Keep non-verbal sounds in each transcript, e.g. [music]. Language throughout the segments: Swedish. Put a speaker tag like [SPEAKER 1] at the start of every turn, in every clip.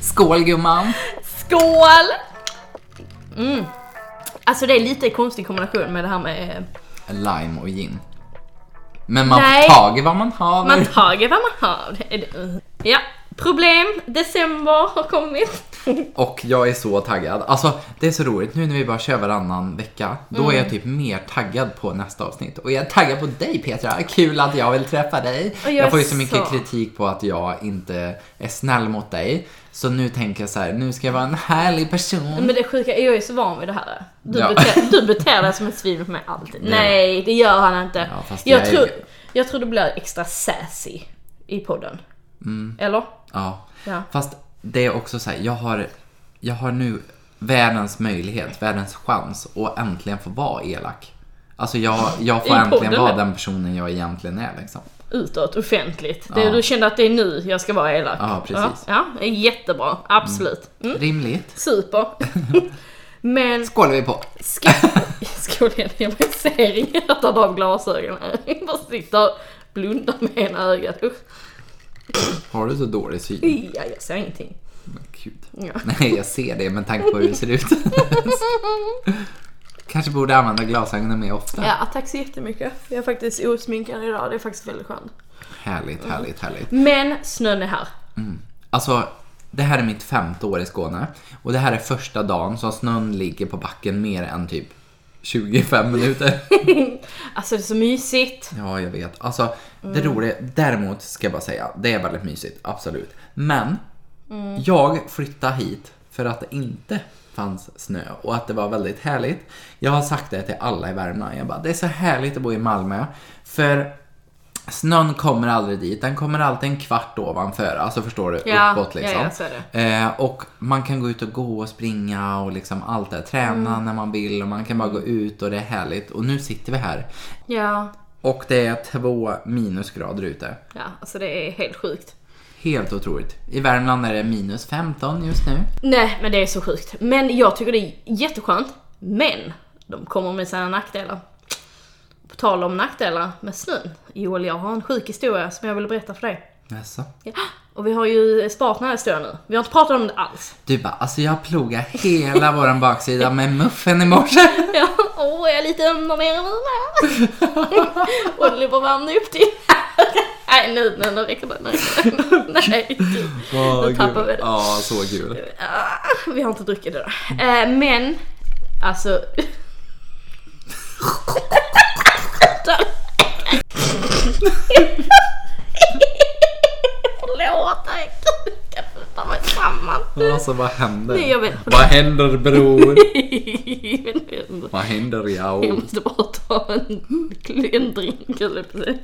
[SPEAKER 1] Skål gumman!
[SPEAKER 2] Skål! Mm. Alltså det är lite konstig kombination med det här med eh,
[SPEAKER 1] Lime och gin. Men man
[SPEAKER 2] Nej.
[SPEAKER 1] får tag i vad man har.
[SPEAKER 2] man tager vad man har. Det är det- Ja, problem. December har kommit.
[SPEAKER 1] Och jag är så taggad. Alltså det är så roligt nu när vi bara kör varannan vecka. Då är
[SPEAKER 2] Mm.
[SPEAKER 1] jag typ mer taggad på nästa avsnitt. Och jag är taggad på dig Petra. Kul att jag vill träffa dig.
[SPEAKER 2] Och jag
[SPEAKER 1] jag får ju
[SPEAKER 2] är
[SPEAKER 1] så mycket
[SPEAKER 2] så-
[SPEAKER 1] kritik på att jag inte är snäll mot dig. Så nu tänker jag så här, nu ska jag vara en härlig person.
[SPEAKER 2] Men det sjuka är jag är så van vid det här. Du,
[SPEAKER 1] Ja.
[SPEAKER 2] beter, du beter dig som ett svin mot mig alltid. Nej, det gör han inte.
[SPEAKER 1] Ja, fast
[SPEAKER 2] jag,
[SPEAKER 1] jag är-
[SPEAKER 2] tror, jag tror du blir extra sassy i podden.
[SPEAKER 1] Mm.
[SPEAKER 2] Eller?
[SPEAKER 1] Ja.
[SPEAKER 2] Ja.
[SPEAKER 1] Fast det är också så här, jag har, jag har nu världens möjlighet, världens chans att äntligen få vara elak. Alltså jag, jag
[SPEAKER 2] I
[SPEAKER 1] får äntligen
[SPEAKER 2] podden.
[SPEAKER 1] vara den personen jag egentligen är liksom.
[SPEAKER 2] Utåt, offentligt. Det,
[SPEAKER 1] Ja.
[SPEAKER 2] Du kände att det är nu jag ska vara elak.
[SPEAKER 1] Ja, precis.
[SPEAKER 2] Ja, ja, jättebra. Absolut. Mm.
[SPEAKER 1] Rimligt.
[SPEAKER 2] Super. [laughs] Men
[SPEAKER 1] Skålar vi på.
[SPEAKER 2] ska... [laughs] Skål igen, jag bara ser inget att av glasögonen. Jag bara sitter och blundar med ena ögat. Usch.
[SPEAKER 1] Har du så dålig syn?
[SPEAKER 2] Ja, jag ser ingenting.
[SPEAKER 1] Men Gud.
[SPEAKER 2] Ja.
[SPEAKER 1] Nej, jag ser det med tanke på hur det ser ut. [laughs] Kanske borde använda glasögonen mer ofta.
[SPEAKER 2] [laughs] Ja, tack så jättemycket. Jag är faktiskt osminkad idag, det är faktiskt väldigt skönt.
[SPEAKER 1] Härligt, härligt, härligt.
[SPEAKER 2] Men snön är här.
[SPEAKER 1] Alltså, det här är mitt femte år i Skåne och det här är första dagen som snön ligger på backen mer än typ 25 minuter.
[SPEAKER 2] Alltså det är så mysigt.
[SPEAKER 1] Ja, jag vet. Alltså, det
[SPEAKER 2] Mm.
[SPEAKER 1] roliga, däremot ska jag bara säga, det är väldigt mysigt, absolut. Men, jag flyttade hit för att det inte fanns snö och att det var väldigt härligt. Jag har sagt det till alla i Värmland, jag bara, det är så härligt att bo i Malmö, för snön kommer aldrig dit, den kommer alltid en kvart ovanför, alltså förstår du,
[SPEAKER 2] Ja,
[SPEAKER 1] uppåt
[SPEAKER 2] ja,
[SPEAKER 1] liksom.
[SPEAKER 2] ja, så är det.
[SPEAKER 1] Eh, och man kan gå ut och gå och springa och liksom allt det här, träna
[SPEAKER 2] Mm.
[SPEAKER 1] när man vill och man kan bara gå ut och det är härligt. Och nu sitter vi här
[SPEAKER 2] Ja.
[SPEAKER 1] och det är två minusgrader ute.
[SPEAKER 2] Ja, alltså det är helt sjukt.
[SPEAKER 1] Helt otroligt. I Värmland är det minus 15 just nu.
[SPEAKER 2] Nej, men det är så sjukt. Men jag tycker det är jätteskönt. Men de kommer med sina nackdelar. På tal om nackdelar med snön. Joel, jag har en sjuk historia som jag vill berätta för dig.
[SPEAKER 1] Jaså?
[SPEAKER 2] Ja, Och vi har ju sparat den här historien nu. Vi har inte pratat om det
[SPEAKER 1] [laughs]
[SPEAKER 2] alls.
[SPEAKER 1] Du bara, alltså jag plogade hela våran baksida med muffen i morse.
[SPEAKER 2] Ja, åh, jag är lite öm där nere nu med. Oliver värmde upp till [laughs] Nej, nu, nu, nu räcker det. Nu, räcker det. nej, gud. Nu tappar vi det.
[SPEAKER 1] Ja, så kul.
[SPEAKER 2] Ah, Vi har inte druckit det då. Eh, men, alltså... Förlåt, jag kan inte ta mig samman.
[SPEAKER 1] Alltså vad händer?
[SPEAKER 2] Nej, jag vet.
[SPEAKER 1] Vad händer
[SPEAKER 2] [laughs]
[SPEAKER 1] bror?
[SPEAKER 2] Men-
[SPEAKER 1] vad händer
[SPEAKER 2] Jag
[SPEAKER 1] jag?
[SPEAKER 2] måste bara ta en, en drink eller på sig.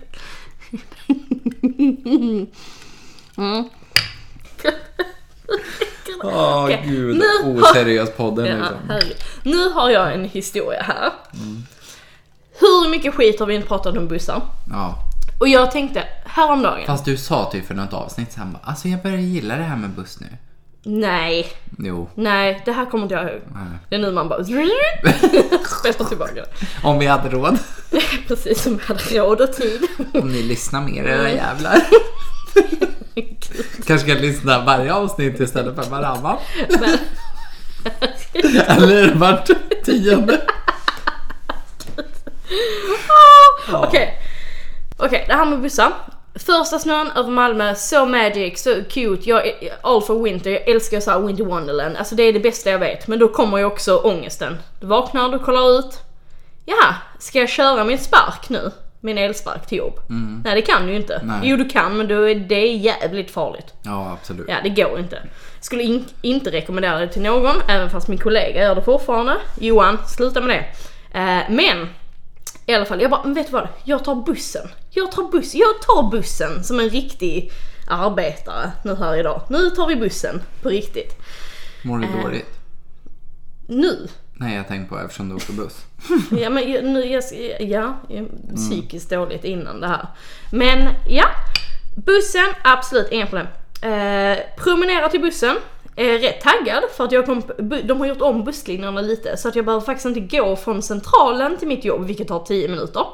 [SPEAKER 2] Mm.
[SPEAKER 1] Åh
[SPEAKER 2] Okej,
[SPEAKER 1] gud,
[SPEAKER 2] nu-
[SPEAKER 1] oseriös podden
[SPEAKER 2] Ja,
[SPEAKER 1] liksom.
[SPEAKER 2] herregud. nu har jag en historia här. Hur mycket skit har vi inte pratat om bussar?
[SPEAKER 1] Ja.
[SPEAKER 2] Och jag tänkte häromdagen,
[SPEAKER 1] Fast du sa typ för något avsnitt sen bara, alltså jag börjar gilla det här med buss nu.
[SPEAKER 2] nej,
[SPEAKER 1] Jo. Eh.
[SPEAKER 2] nej, det här kommer inte jag ihåg.
[SPEAKER 1] nej.
[SPEAKER 2] Det är nu man bara spelar tillbaka.
[SPEAKER 1] Om vi hade råd.
[SPEAKER 2] Precis som jag hade råd och tid.
[SPEAKER 1] Om
[SPEAKER 2] [laughs]
[SPEAKER 1] ni lyssnar mer era
[SPEAKER 2] Mm.
[SPEAKER 1] jävlar. Kanske kan lyssna varje avsnitt istället för varannan.
[SPEAKER 2] Men,
[SPEAKER 1] Eller vart tionde.
[SPEAKER 2] Okej. Okej, det här med bussar. Första snön över Malmö, so magic, so cute. Jag är all for winter, jag älskar så här winter wonderland. Alltså det är det bästa jag vet. Men då kommer ju också ångesten. Du vaknar, du kollar ut. Ja, ska jag köra min spark nu? Min elspark till jobb? Nej det kan du ju inte.
[SPEAKER 1] Nej.
[SPEAKER 2] Jo du kan men då är det jävligt farligt.
[SPEAKER 1] Ja, absolut.
[SPEAKER 2] Ja, det går inte. Skulle in- inte rekommendera det till någon, även fast min kollega gör det fortfarande. Johan, sluta med det. Eh, men, i alla fall, jag bara, men vet du vad? Jag tar bussen. Jag tar bussen, jag tar bussen som en riktig arbetare nu här idag. Nu tar vi bussen, på riktigt.
[SPEAKER 1] Mår
[SPEAKER 2] Eh.
[SPEAKER 1] du dåligt?
[SPEAKER 2] Nu.
[SPEAKER 1] Nej, jag tänkte på eftersom du åker buss.
[SPEAKER 2] Ja, men jag- nu, jag, ska- ja, jag- psykiskt dåligt innan det här. Men ja, bussen, absolut inga problem. Eh, promenera till bussen. Är rätt taggad för att jag kom, bu- de har gjort om busslinjerna lite så att jag behöver faktiskt inte gå från centralen till mitt jobb vilket tar 10 minuter.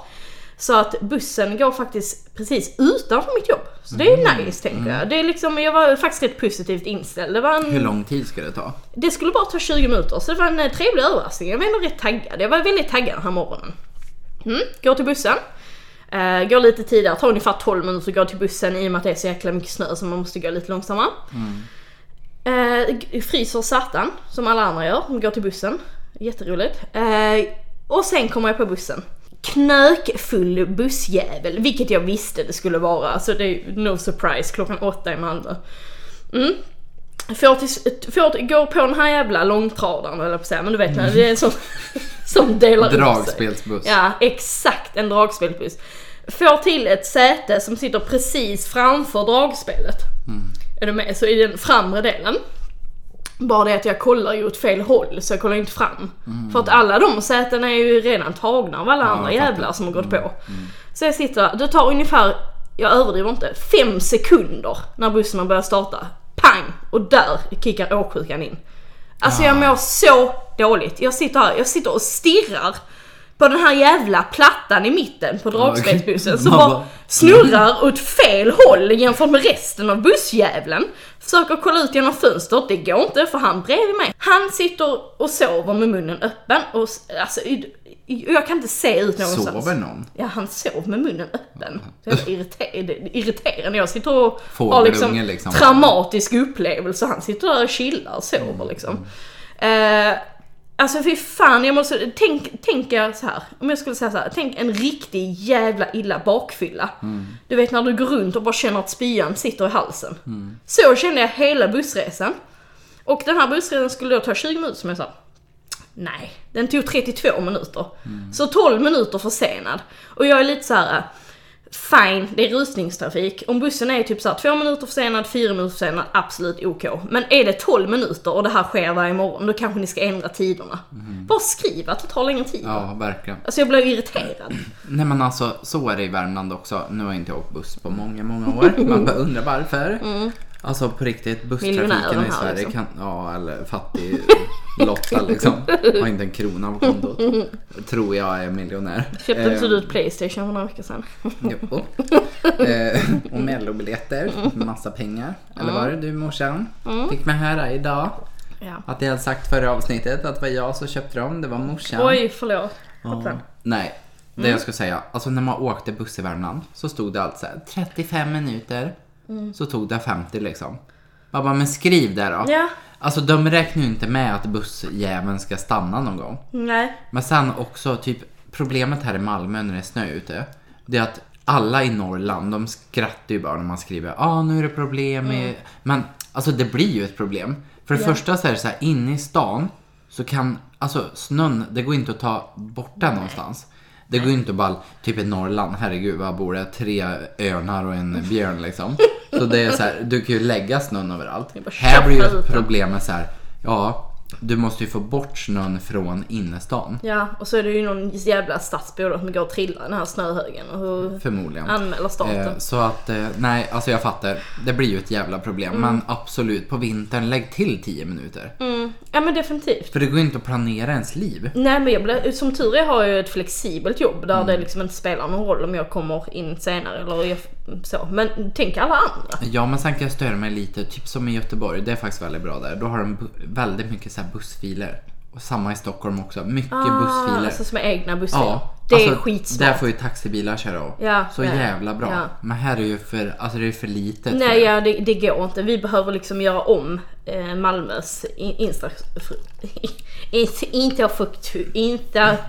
[SPEAKER 2] Så att bussen går faktiskt precis utanför mitt jobb. Så det är ju nice tänker jag. Det är liksom, jag var faktiskt rätt positivt inställd. Det, var
[SPEAKER 1] Hur
[SPEAKER 2] en,
[SPEAKER 1] lång tid ska det ta?
[SPEAKER 2] det skulle bara ta 20 minuter så det var en eh, trevlig överraskning. Jag var ändå rätt taggad. Jag var väldigt taggad den här morgonen. Mm, går till bussen. Eh, går lite tidigare, tar ungefär 12 minuter att gå till bussen i och med att det är så jäkla mycket snö så man måste gå lite långsammare. Eh, g- fryser satan, som alla andra gör, de går till bussen. Jätteroligt. Eh, och sen kommer jag på bussen. Knökfull bussjävel, vilket jag visste det skulle vara. Så det är ju no surprise, klockan åtta i Malmö. Mm. Får till, får till, går på den här jävla långtradaren eller på att säga, men du vet när det är en sån [laughs] som delar upp sig.
[SPEAKER 1] Dragspelsbuss.
[SPEAKER 2] Ja, exakt en dragspelbuss. Får till ett säte som sitter precis framför dragspelet.
[SPEAKER 1] Mm.
[SPEAKER 2] Är du med? Så i den framre delen. Bara det att jag kollar ju åt fel håll så jag kollar inte fram. För att alla de sätena är ju redan tagna av alla andra
[SPEAKER 1] Mm. jag fattar. Mm.
[SPEAKER 2] jävlar som har gått på. Så jag sitter där, det tar ungefär, jag överdriver inte, fem sekunder när bussen börjar starta. Pang! Och där kickar åksjukan in. Alltså jag mår så dåligt. Jag sitter här, jag sitter och stirrar på den här jävla plattan i mitten
[SPEAKER 1] [laughs]
[SPEAKER 2] på dragspelsbussen som
[SPEAKER 1] Man
[SPEAKER 2] bara
[SPEAKER 1] bara-
[SPEAKER 2] snurrar åt fel håll jämfört med resten av bussjävlen. Försöker kolla ut genom fönstret, det går inte för han bredvid mig. Han sitter och sover med munnen öppen och s- alltså, i- i- jag kan inte se ut någonstans.
[SPEAKER 1] Sover någon?
[SPEAKER 2] Ja, han sov med munnen öppen. Det är irriter- det är irriterande. Jag sitter och har
[SPEAKER 1] Fågelunge,
[SPEAKER 2] liksom,
[SPEAKER 1] liksom.
[SPEAKER 2] traumatisk upplevelse. Han sitter där och chillar och sover liksom. Eh, alltså fy fan, jag måste, tänk, tänk jag så här. Om jag skulle säga så här, tänk en riktig jävla illa bakfylla. Du vet när du går runt och bara känner att spyan sitter i halsen. Så kände jag hela bussresan. Och den här bussresan skulle då ta 20 minuter som jag sa. Nej, den tog 32 minuter. Så 12 minuter försenad. Och jag är lite så här. äh, Fine, det är rusningstrafik. Om bussen är typ så här 2 minuter försenad, 4 minuter försenad, absolut OK. Men är det 12 minuter och det här sker varje morgon, då kanske ni ska ändra tiderna. Bara skriv att det tar längre tid.
[SPEAKER 1] Ja, verkligen.
[SPEAKER 2] Alltså jag blev irriterad.
[SPEAKER 1] Nej men alltså så är det i Värmland också. Nu har jag inte åkt buss på många, många
[SPEAKER 2] [laughs]
[SPEAKER 1] år. Man bara undrar varför. Alltså på riktigt, busstrafiken
[SPEAKER 2] Mm. Miljonären
[SPEAKER 1] i
[SPEAKER 2] här,
[SPEAKER 1] Sverige
[SPEAKER 2] liksom.
[SPEAKER 1] kan... Ja, eller fattig Lotta
[SPEAKER 2] [laughs]
[SPEAKER 1] liksom. Har inte en krona på kontot. Tror jag är miljonär.
[SPEAKER 2] Mm. Köpte inte
[SPEAKER 1] Eh,
[SPEAKER 2] du ett Playstation för några veckor sedan? [laughs]
[SPEAKER 1] Jo. [laughs] Eh, och mellobiljetter,
[SPEAKER 2] Mm.
[SPEAKER 1] massa pengar. Eller var det du morsan? Fick mig höra idag
[SPEAKER 2] Ja.
[SPEAKER 1] att jag hade sagt förra avsnittet att det var jag som köpte dem, det var morsan.
[SPEAKER 2] Oj, Mm. förlåt. Hoppsan.
[SPEAKER 1] Nej, det jag ska säga. Alltså när man åkte buss i Värmland så stod det alltid så här 35 minuter.
[SPEAKER 2] Mm.
[SPEAKER 1] Så tog det 50 liksom. Man bara, men skriv det då.
[SPEAKER 2] Ja.
[SPEAKER 1] Alltså de räknar ju inte med att bussjäveln ska stanna någon gång.
[SPEAKER 2] Nej.
[SPEAKER 1] Men sen också, typ problemet här i Malmö när det är snö ute, det är att alla i Norrland, de skrattar ju bara när man skriver ah, nu är det problem med...
[SPEAKER 2] Mm.
[SPEAKER 1] Men alltså det blir ju ett problem. För det första så är det så här, inne i stan så kan, alltså snön, det går inte att ta borta någonstans. Det går ju inte att bara, typ i Norrland, herregud vad bor det? Tre örnar och en björn
[SPEAKER 2] [laughs]
[SPEAKER 1] liksom. Så det är så här, du kan ju lägga snön överallt.
[SPEAKER 2] bara
[SPEAKER 1] Här blir ju
[SPEAKER 2] köpa ut
[SPEAKER 1] ett
[SPEAKER 2] den.
[SPEAKER 1] problem med så här, ja, du måste ju få bort snön från innerstan.
[SPEAKER 2] Ja, och så är det ju någon jävla stadsbo då som går och trillar i den här snöhögen. Och hur
[SPEAKER 1] Förmodligen.
[SPEAKER 2] anmäler staten?
[SPEAKER 1] Eh, så att, eh, nej, alltså jag fattar. Det blir ju ett jävla problem. Men absolut, på vintern lägg till 10 minuter.
[SPEAKER 2] Mm. Ja men definitivt.
[SPEAKER 1] För det går ju inte att planera ens liv.
[SPEAKER 2] Nej men jag blev, som tur är har jag ju ett flexibelt jobb
[SPEAKER 1] Mm.
[SPEAKER 2] där det liksom inte spelar någon roll om jag kommer in senare eller jag, så. Men tänk alla andra.
[SPEAKER 1] Ja, men sen kan jag störa mig lite. Typ som i Göteborg, det är faktiskt väldigt bra där. Då har de bu- väldigt mycket så här bussfiler. Och samma i Stockholm också. Mycket bussfiler.
[SPEAKER 2] alltså som är egna bussfiler.
[SPEAKER 1] ja,
[SPEAKER 2] det är
[SPEAKER 1] alltså,
[SPEAKER 2] skitsmart.
[SPEAKER 1] Där får ju taxibilar köra av.
[SPEAKER 2] Ja,
[SPEAKER 1] så
[SPEAKER 2] det är-
[SPEAKER 1] jävla bra.
[SPEAKER 2] ja.
[SPEAKER 1] Men här är ju för, alltså det är för litet. för
[SPEAKER 2] Nej
[SPEAKER 1] det.
[SPEAKER 2] ja, det, det går inte. Vi behöver liksom göra om eh, Malmös in, instra, [laughs] inte, interfuktur,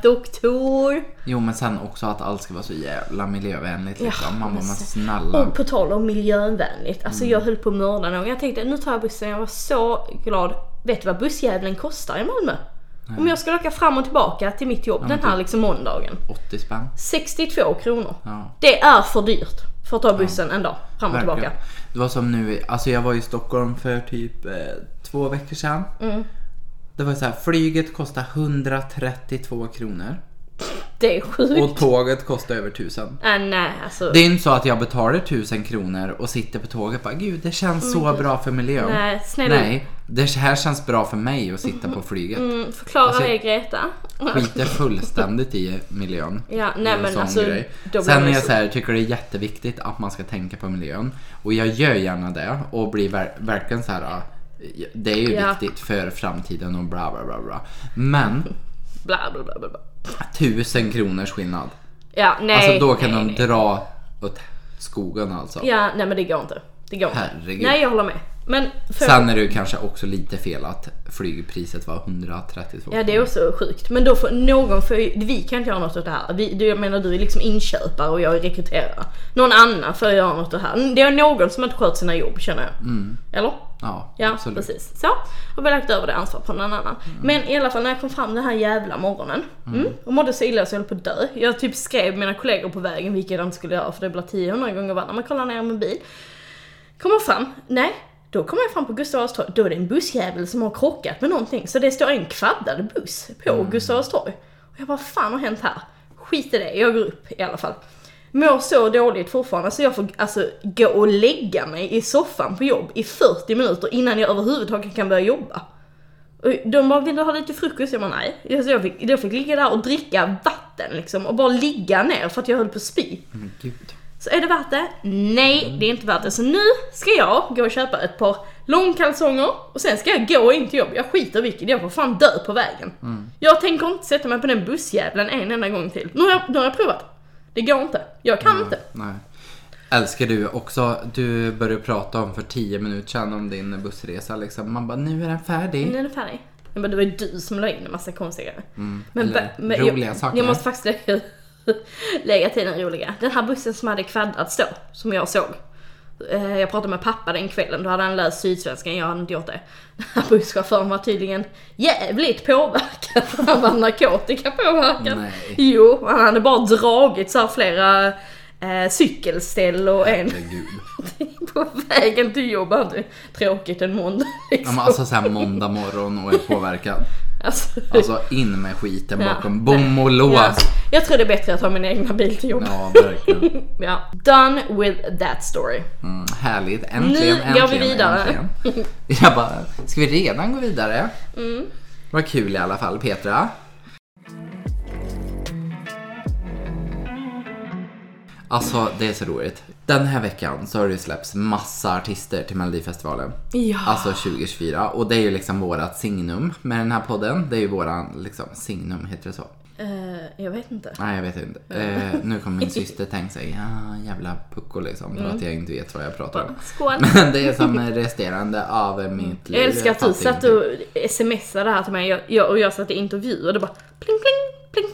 [SPEAKER 2] interfuktur.
[SPEAKER 1] Jo, men sen också att allt ska vara så jävla miljövänligt. Liksom. Man bara,
[SPEAKER 2] men
[SPEAKER 1] men
[SPEAKER 2] sen-
[SPEAKER 1] snälla.
[SPEAKER 2] Och på tal om miljövänligt, alltså
[SPEAKER 1] Mm.
[SPEAKER 2] jag höll på att mörda någon. Jag tänkte nu tar jag bussen, jag var så glad. Vet du vad bussjävlen kostar i Malmö? Om jag skulle åka fram och tillbaka till mitt jobb den
[SPEAKER 1] typ.
[SPEAKER 2] här liksom måndagen.
[SPEAKER 1] 80 spänn.
[SPEAKER 2] 62 kronor.
[SPEAKER 1] Ja.
[SPEAKER 2] Det är för dyrt för att ta bussen en dag fram och tillbaka.
[SPEAKER 1] Verkligen. Det var som nu, alltså jag var i Stockholm för typ eh, två veckor sedan.
[SPEAKER 2] Mm.
[SPEAKER 1] Det var så här, flyget kostade 132 kronor.
[SPEAKER 2] Det är sjukt.
[SPEAKER 1] Och tåget kostar över tusen.
[SPEAKER 2] Äh, nej, alltså.
[SPEAKER 1] Det är inte så att jag betalar tusen kronor och sitter på tåget och bara gud det känns så bra för miljön.
[SPEAKER 2] Mm, Nej, snälla.
[SPEAKER 1] Nej, det här känns bra för mig att sitta på flyget.
[SPEAKER 2] Mm, förklara
[SPEAKER 1] Alltså-
[SPEAKER 2] det Greta.
[SPEAKER 1] Skiter fullständigt i miljön.
[SPEAKER 2] Ja,
[SPEAKER 1] Det är
[SPEAKER 2] nej
[SPEAKER 1] en
[SPEAKER 2] men
[SPEAKER 1] sån
[SPEAKER 2] alltså.
[SPEAKER 1] grej.
[SPEAKER 2] då blir
[SPEAKER 1] Sen
[SPEAKER 2] man
[SPEAKER 1] är
[SPEAKER 2] ju
[SPEAKER 1] jag
[SPEAKER 2] så-
[SPEAKER 1] så här, tycker det är jätteviktigt att man ska tänka på miljön. Och jag gör gärna det och blir ver- verkligen så här. ah, Det är ju
[SPEAKER 2] Ja.
[SPEAKER 1] viktigt för framtiden och bla bla bla bla. Men
[SPEAKER 2] Bla, bla, bla, bla, bla.
[SPEAKER 1] tusen kronors skillnad.
[SPEAKER 2] Ja, nej.
[SPEAKER 1] alltså då kan
[SPEAKER 2] nej,
[SPEAKER 1] de
[SPEAKER 2] nej.
[SPEAKER 1] dra åt skogen alltså.
[SPEAKER 2] Ja, nej men det går inte. Det går inte.
[SPEAKER 1] Herregud.
[SPEAKER 2] Nej, jag håller med. Men för...
[SPEAKER 1] Sen är det ju kanske också lite fel att flygpriset var 132
[SPEAKER 2] Ja det är också sjukt. Men då får någon, för vi kan inte göra något åt det här. Vi, du, jag menar du är liksom inköpare och jag är rekryterare. Någon annan får göra något åt det här. Det är någon som inte sköter sina jobb känner jag. Eller?
[SPEAKER 1] Ja,
[SPEAKER 2] Ja
[SPEAKER 1] absolut.
[SPEAKER 2] precis. Så, har vi lagt över det ansvaret på någon annan. Men i alla fall när jag kom fram den här jävla morgonen. Mm. Och mådde så illa så jag höll på att dö. Jag typ skrev mina kollegor på vägen vilket jag inte skulle göra för det blir 1000 gånger värre när man kollar ner om en bil. Kommer jag fram? Nej. Då kommer jag fram på Gustav Adolfs torg. Då är det en bussjävel som har krockat med någonting. Så det står en kvaddad buss på Gustav Adolfs torg. Och jag bara, fan har hänt här? Skit i det, jag går upp i alla fall. Mår så dåligt fortfarande så jag får alltså gå och lägga mig i soffan på jobb i 40 minuter innan jag överhuvudtaget kan börja jobba. Och de bara, vill du ha lite frukost? Jag bara, nej. Så jag fick, jag fick ligga där och dricka vatten liksom och bara ligga ner för att jag höll på att spy.
[SPEAKER 1] Men Mm, Gud.
[SPEAKER 2] Så är det värt det? Nej, det är inte värt det. Så nu ska jag gå och köpa ett par långkalsonger och sen ska jag gå in till jobb. Jag skiter vilket, jag får fan dö på vägen. Jag tänker inte sätta mig på den bussjävlen en enda gång till. Nu har jag, nu har jag provat. Det går inte. Jag kan inte.
[SPEAKER 1] Nej. Älskar du också, du började prata om för 10 minuter sedan om din bussresa liksom. Man bara, nu är den färdig.
[SPEAKER 2] Nu är den färdig. Jag bara, det var ju du som la in en massa konstiga grejer.
[SPEAKER 1] Mm. eller
[SPEAKER 2] va-
[SPEAKER 1] roliga
[SPEAKER 2] jag,
[SPEAKER 1] saker.
[SPEAKER 2] Jag måste faktiskt [laughs] lägga, lägga till den roliga. Den här bussen som hade kvaddats då, som jag såg. Eh, Jag pratade med pappa den kvällen, då hade han läst Sydsvenskan, jag hade inte gjort det. [laughs] Den här busschauffören var tydligen jävligt påverkad, [laughs] för han var narkotikapåverkad.
[SPEAKER 1] Nej.
[SPEAKER 2] Jo, han hade bara dragit så här flera eh, cykelställ och en
[SPEAKER 1] Herregud.
[SPEAKER 2] [laughs] på vägen till jobbet. Det är Tråkigt en måndag
[SPEAKER 1] Ja,
[SPEAKER 2] liksom.
[SPEAKER 1] men alltså såhär måndag morgon och är
[SPEAKER 2] [laughs]
[SPEAKER 1] påverkad.
[SPEAKER 2] Alltså,
[SPEAKER 1] Alltså in med skiten
[SPEAKER 2] Ja.
[SPEAKER 1] bakom bom och lås.
[SPEAKER 2] ja. Jag tror det är bättre att ha min egna bil till jobbet.
[SPEAKER 1] Ja, verkligen.
[SPEAKER 2] Ja. Done with that story.
[SPEAKER 1] Mm, härligt. Äntligen,
[SPEAKER 2] Nu
[SPEAKER 1] äntligen,
[SPEAKER 2] går vi vidare.
[SPEAKER 1] Äntligen. [laughs] Jag bara, ska vi redan gå vidare? Mm. Vad kul i alla fall, Petra. Alltså, det är så roligt. Den här veckan så har det ju släppts massa artister till Melodifestivalen.
[SPEAKER 2] Ja.
[SPEAKER 1] Alltså 2024. Och det är ju liksom vårat signum med den här podden. Det är ju våran, liksom, signum, heter det så?
[SPEAKER 2] Eh, jag
[SPEAKER 1] [laughs]
[SPEAKER 2] vet inte.
[SPEAKER 1] Nej jag vet inte. Eh, nu kommer
[SPEAKER 2] [laughs]
[SPEAKER 1] min syster tänka sig, ah, jävla pucko liksom för
[SPEAKER 2] Mm.
[SPEAKER 1] att jag inte vet vad jag pratar om.
[SPEAKER 2] Skål.
[SPEAKER 1] [laughs] Men det är som resterande av mitt liv.
[SPEAKER 2] Jag älskar att du
[SPEAKER 1] fattar
[SPEAKER 2] satt
[SPEAKER 1] ingenting.
[SPEAKER 2] och smsade här till mig jag, jag, och jag satt i intervju och det bara pling pling, pling pling,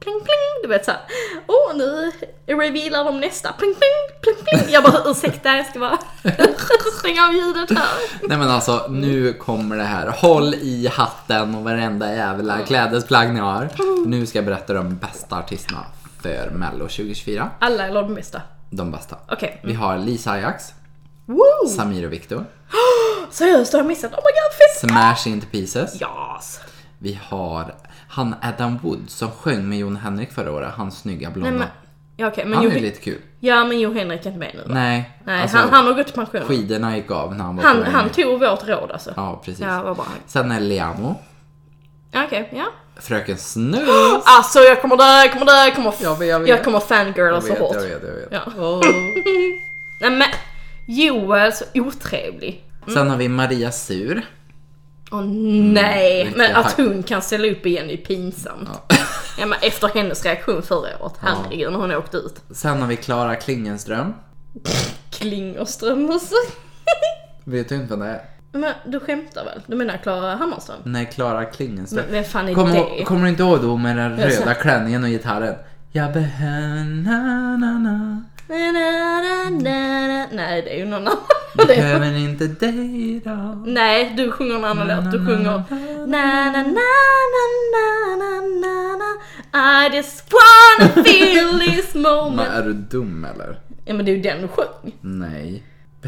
[SPEAKER 2] pling pling. Du vet såhär, åh nu revealar de nästa, pling pling, pling pling. Jag bara ursäkta jag ska bara [laughs] stänga av ljudet här.
[SPEAKER 1] Nej men alltså nu kommer det här. Håll i hatten och varenda jävla klädesplagg ni har. Nu ska jag berätta de bästa artisterna för mello 2024.
[SPEAKER 2] Alla eller de bästa.
[SPEAKER 1] De bästa.
[SPEAKER 2] Okej.
[SPEAKER 1] Vi har Lisa Ajax,
[SPEAKER 2] Woo!
[SPEAKER 1] Samir och Viktor,
[SPEAKER 2] Seriöst, har jag missat? Oh my god, fett!
[SPEAKER 1] Smash Into Pieces.
[SPEAKER 2] Yes!
[SPEAKER 1] Vi har han Adam Wood som sjöng med Jon Henrik förra året, han snygga blonda.
[SPEAKER 2] Nej, men, ja, okej, men
[SPEAKER 1] han
[SPEAKER 2] jo,
[SPEAKER 1] är ju lite kul.
[SPEAKER 2] ja men Jo Henrik är inte med nu va?
[SPEAKER 1] Nej,
[SPEAKER 2] Nej,
[SPEAKER 1] alltså,
[SPEAKER 2] han, han har gått i pension.
[SPEAKER 1] skidorna gick av när han var på
[SPEAKER 2] Han,
[SPEAKER 1] väg
[SPEAKER 2] han
[SPEAKER 1] ner.
[SPEAKER 2] tog vårt råd alltså. Ja,
[SPEAKER 1] Ja, precis.
[SPEAKER 2] vad bra.
[SPEAKER 1] Sen är Liamo,
[SPEAKER 2] Ja, Okej, ja.
[SPEAKER 1] Fröken Snus.
[SPEAKER 2] Alltså jag kommer dö, jag kommer dö, jag kommer,
[SPEAKER 1] Jag vet, jag vet.
[SPEAKER 2] jag kommer fangirla så
[SPEAKER 1] jag vet,
[SPEAKER 2] hårt.
[SPEAKER 1] jag vet, jag vet.
[SPEAKER 2] Ja.
[SPEAKER 1] Åh.
[SPEAKER 2] [laughs] Nej men, Joel så otrevlig.
[SPEAKER 1] Sen har vi Maria Sur.
[SPEAKER 2] Åh nej,
[SPEAKER 1] vilken
[SPEAKER 2] men att
[SPEAKER 1] hack.
[SPEAKER 2] hon kan ställa upp igen är pinsamt. Ja. men efter hennes reaktion förra året, herregud när hon åkte ut.
[SPEAKER 1] Sen har vi Klara Klingenström.
[SPEAKER 2] Klingerström alltså. [laughs]
[SPEAKER 1] Vet du inte vem det är?
[SPEAKER 2] Men du skämtar väl? Du menar Klara Hammarström?
[SPEAKER 1] Nej, Klara Klingenström.
[SPEAKER 2] Men vem fan är
[SPEAKER 1] Kommer
[SPEAKER 2] det?
[SPEAKER 1] du- kommer du inte ihåg då med den
[SPEAKER 2] Jag sa-
[SPEAKER 1] röda klänningen och gitarren? Jag behöver na na na
[SPEAKER 2] Na, na, na, na, na. Nej det är ju någon annan. Det är-
[SPEAKER 1] Behöver inte dig då
[SPEAKER 2] Nej, du sjunger en annan låt. Du sjunger na na na na na na na na I just wanna feel this
[SPEAKER 1] Men
[SPEAKER 2] moment.
[SPEAKER 1] är du dum eller?
[SPEAKER 2] Ja men det är ju den du sjöng.
[SPEAKER 1] Nej.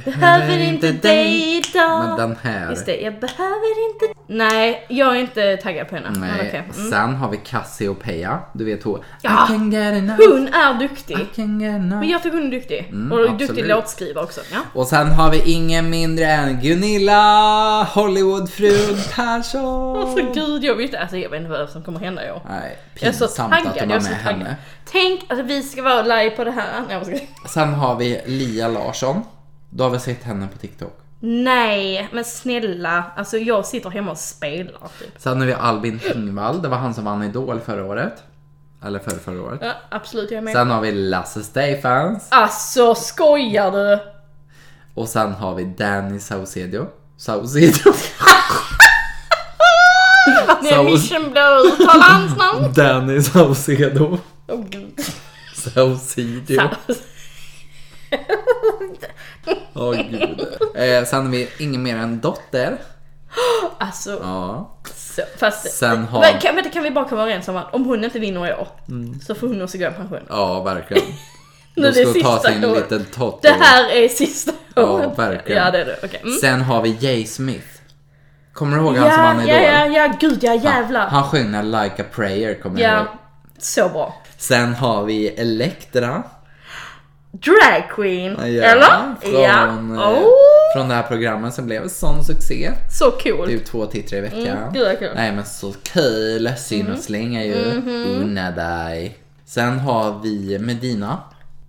[SPEAKER 2] Behöver inte dig
[SPEAKER 1] Men
[SPEAKER 2] idag.
[SPEAKER 1] den här.
[SPEAKER 2] Just det, jag behöver inte... Nej, jag är inte taggad på henne. Men
[SPEAKER 1] Nej. alltså-
[SPEAKER 2] okej. Mm.
[SPEAKER 1] Sen har vi Cassiopeia. Du vet hon.
[SPEAKER 2] Ja.
[SPEAKER 1] I can get enough.
[SPEAKER 2] Hon är duktig.
[SPEAKER 1] I can get enough.
[SPEAKER 2] Men jag tycker hon är duktig. och duktig
[SPEAKER 1] Mm, absolut.
[SPEAKER 2] låtskrivare också. Ja.
[SPEAKER 1] Och sen har vi ingen mindre än Gunilla Hollywoodfrun Persson.
[SPEAKER 2] Alltså gud, jag vet inte, alltså, jag vet inte vad som kommer hända i år.
[SPEAKER 1] Nej,
[SPEAKER 2] Jag är så
[SPEAKER 1] pinsamt att
[SPEAKER 2] taggad,
[SPEAKER 1] de
[SPEAKER 2] jag
[SPEAKER 1] har
[SPEAKER 2] är
[SPEAKER 1] med
[SPEAKER 2] så taggad.
[SPEAKER 1] henne.
[SPEAKER 2] Tänk att vi ska vara live på det här. Nej, jag ska...
[SPEAKER 1] Sen har vi Lia Larsson. Du har väl sett henne på TikTok?
[SPEAKER 2] Nej, men snälla. Alltså jag sitter hemma och spelar typ.
[SPEAKER 1] Sen har vi Albin Tengvall. Det var han som vann Idol förra året. Eller förra, förra året.
[SPEAKER 2] Ja, absolut, jag är med.
[SPEAKER 1] Sen har vi Lasse Stefans.
[SPEAKER 2] Alltså skojar du?
[SPEAKER 1] Alltså, Och sen har vi Danny Saucedo.
[SPEAKER 2] [laughs]
[SPEAKER 1] Saucedo.
[SPEAKER 2] Att ni
[SPEAKER 1] Så-
[SPEAKER 2] är mission blå, uttala
[SPEAKER 1] [laughs]
[SPEAKER 2] hans namn.
[SPEAKER 1] Danny Saucedo.
[SPEAKER 2] Åh, gud.
[SPEAKER 1] Saucedo. Åh gud. Eh, sen har vi ingen mer än Dotter.
[SPEAKER 2] Alltså,
[SPEAKER 1] Ja.
[SPEAKER 2] så, fast...
[SPEAKER 1] Sen har-
[SPEAKER 2] Men, kan, vänta, kan vi bara komma överens om att om hon inte vinner i år så får hon också gå i pension.
[SPEAKER 1] Ja, verkligen.
[SPEAKER 2] [laughs] Nu
[SPEAKER 1] Mm. Då
[SPEAKER 2] är det
[SPEAKER 1] ska hon ta
[SPEAKER 2] sista
[SPEAKER 1] sin
[SPEAKER 2] året.
[SPEAKER 1] liten tott.
[SPEAKER 2] Det här är sista
[SPEAKER 1] Ja,
[SPEAKER 2] året.
[SPEAKER 1] verkligen.
[SPEAKER 2] Ja, det är det. Okej. Mm.
[SPEAKER 1] Sen har vi Jay Smith. Kommer du ihåg han som vann
[SPEAKER 2] Ja,
[SPEAKER 1] Idol?
[SPEAKER 2] ja, ja, ja, gud ja, jävlar.
[SPEAKER 1] Han sjöng den Like a prayer, kommer jag ihåg.
[SPEAKER 2] Ja, så bra.
[SPEAKER 1] Sen har vi Elektra.
[SPEAKER 2] Drag queen,
[SPEAKER 1] Ja,
[SPEAKER 2] eller?
[SPEAKER 1] Från,
[SPEAKER 2] ja.
[SPEAKER 1] eh,
[SPEAKER 2] Oh,
[SPEAKER 1] från det här programmet som blev en sån succé.
[SPEAKER 2] så cool.
[SPEAKER 1] Typ två titlar i veckan.
[SPEAKER 2] Mm, gud vad kul. Mm. Mhm.
[SPEAKER 1] Nej men så kul, synd att slänga ju. Unna dig. Sen har vi Medina.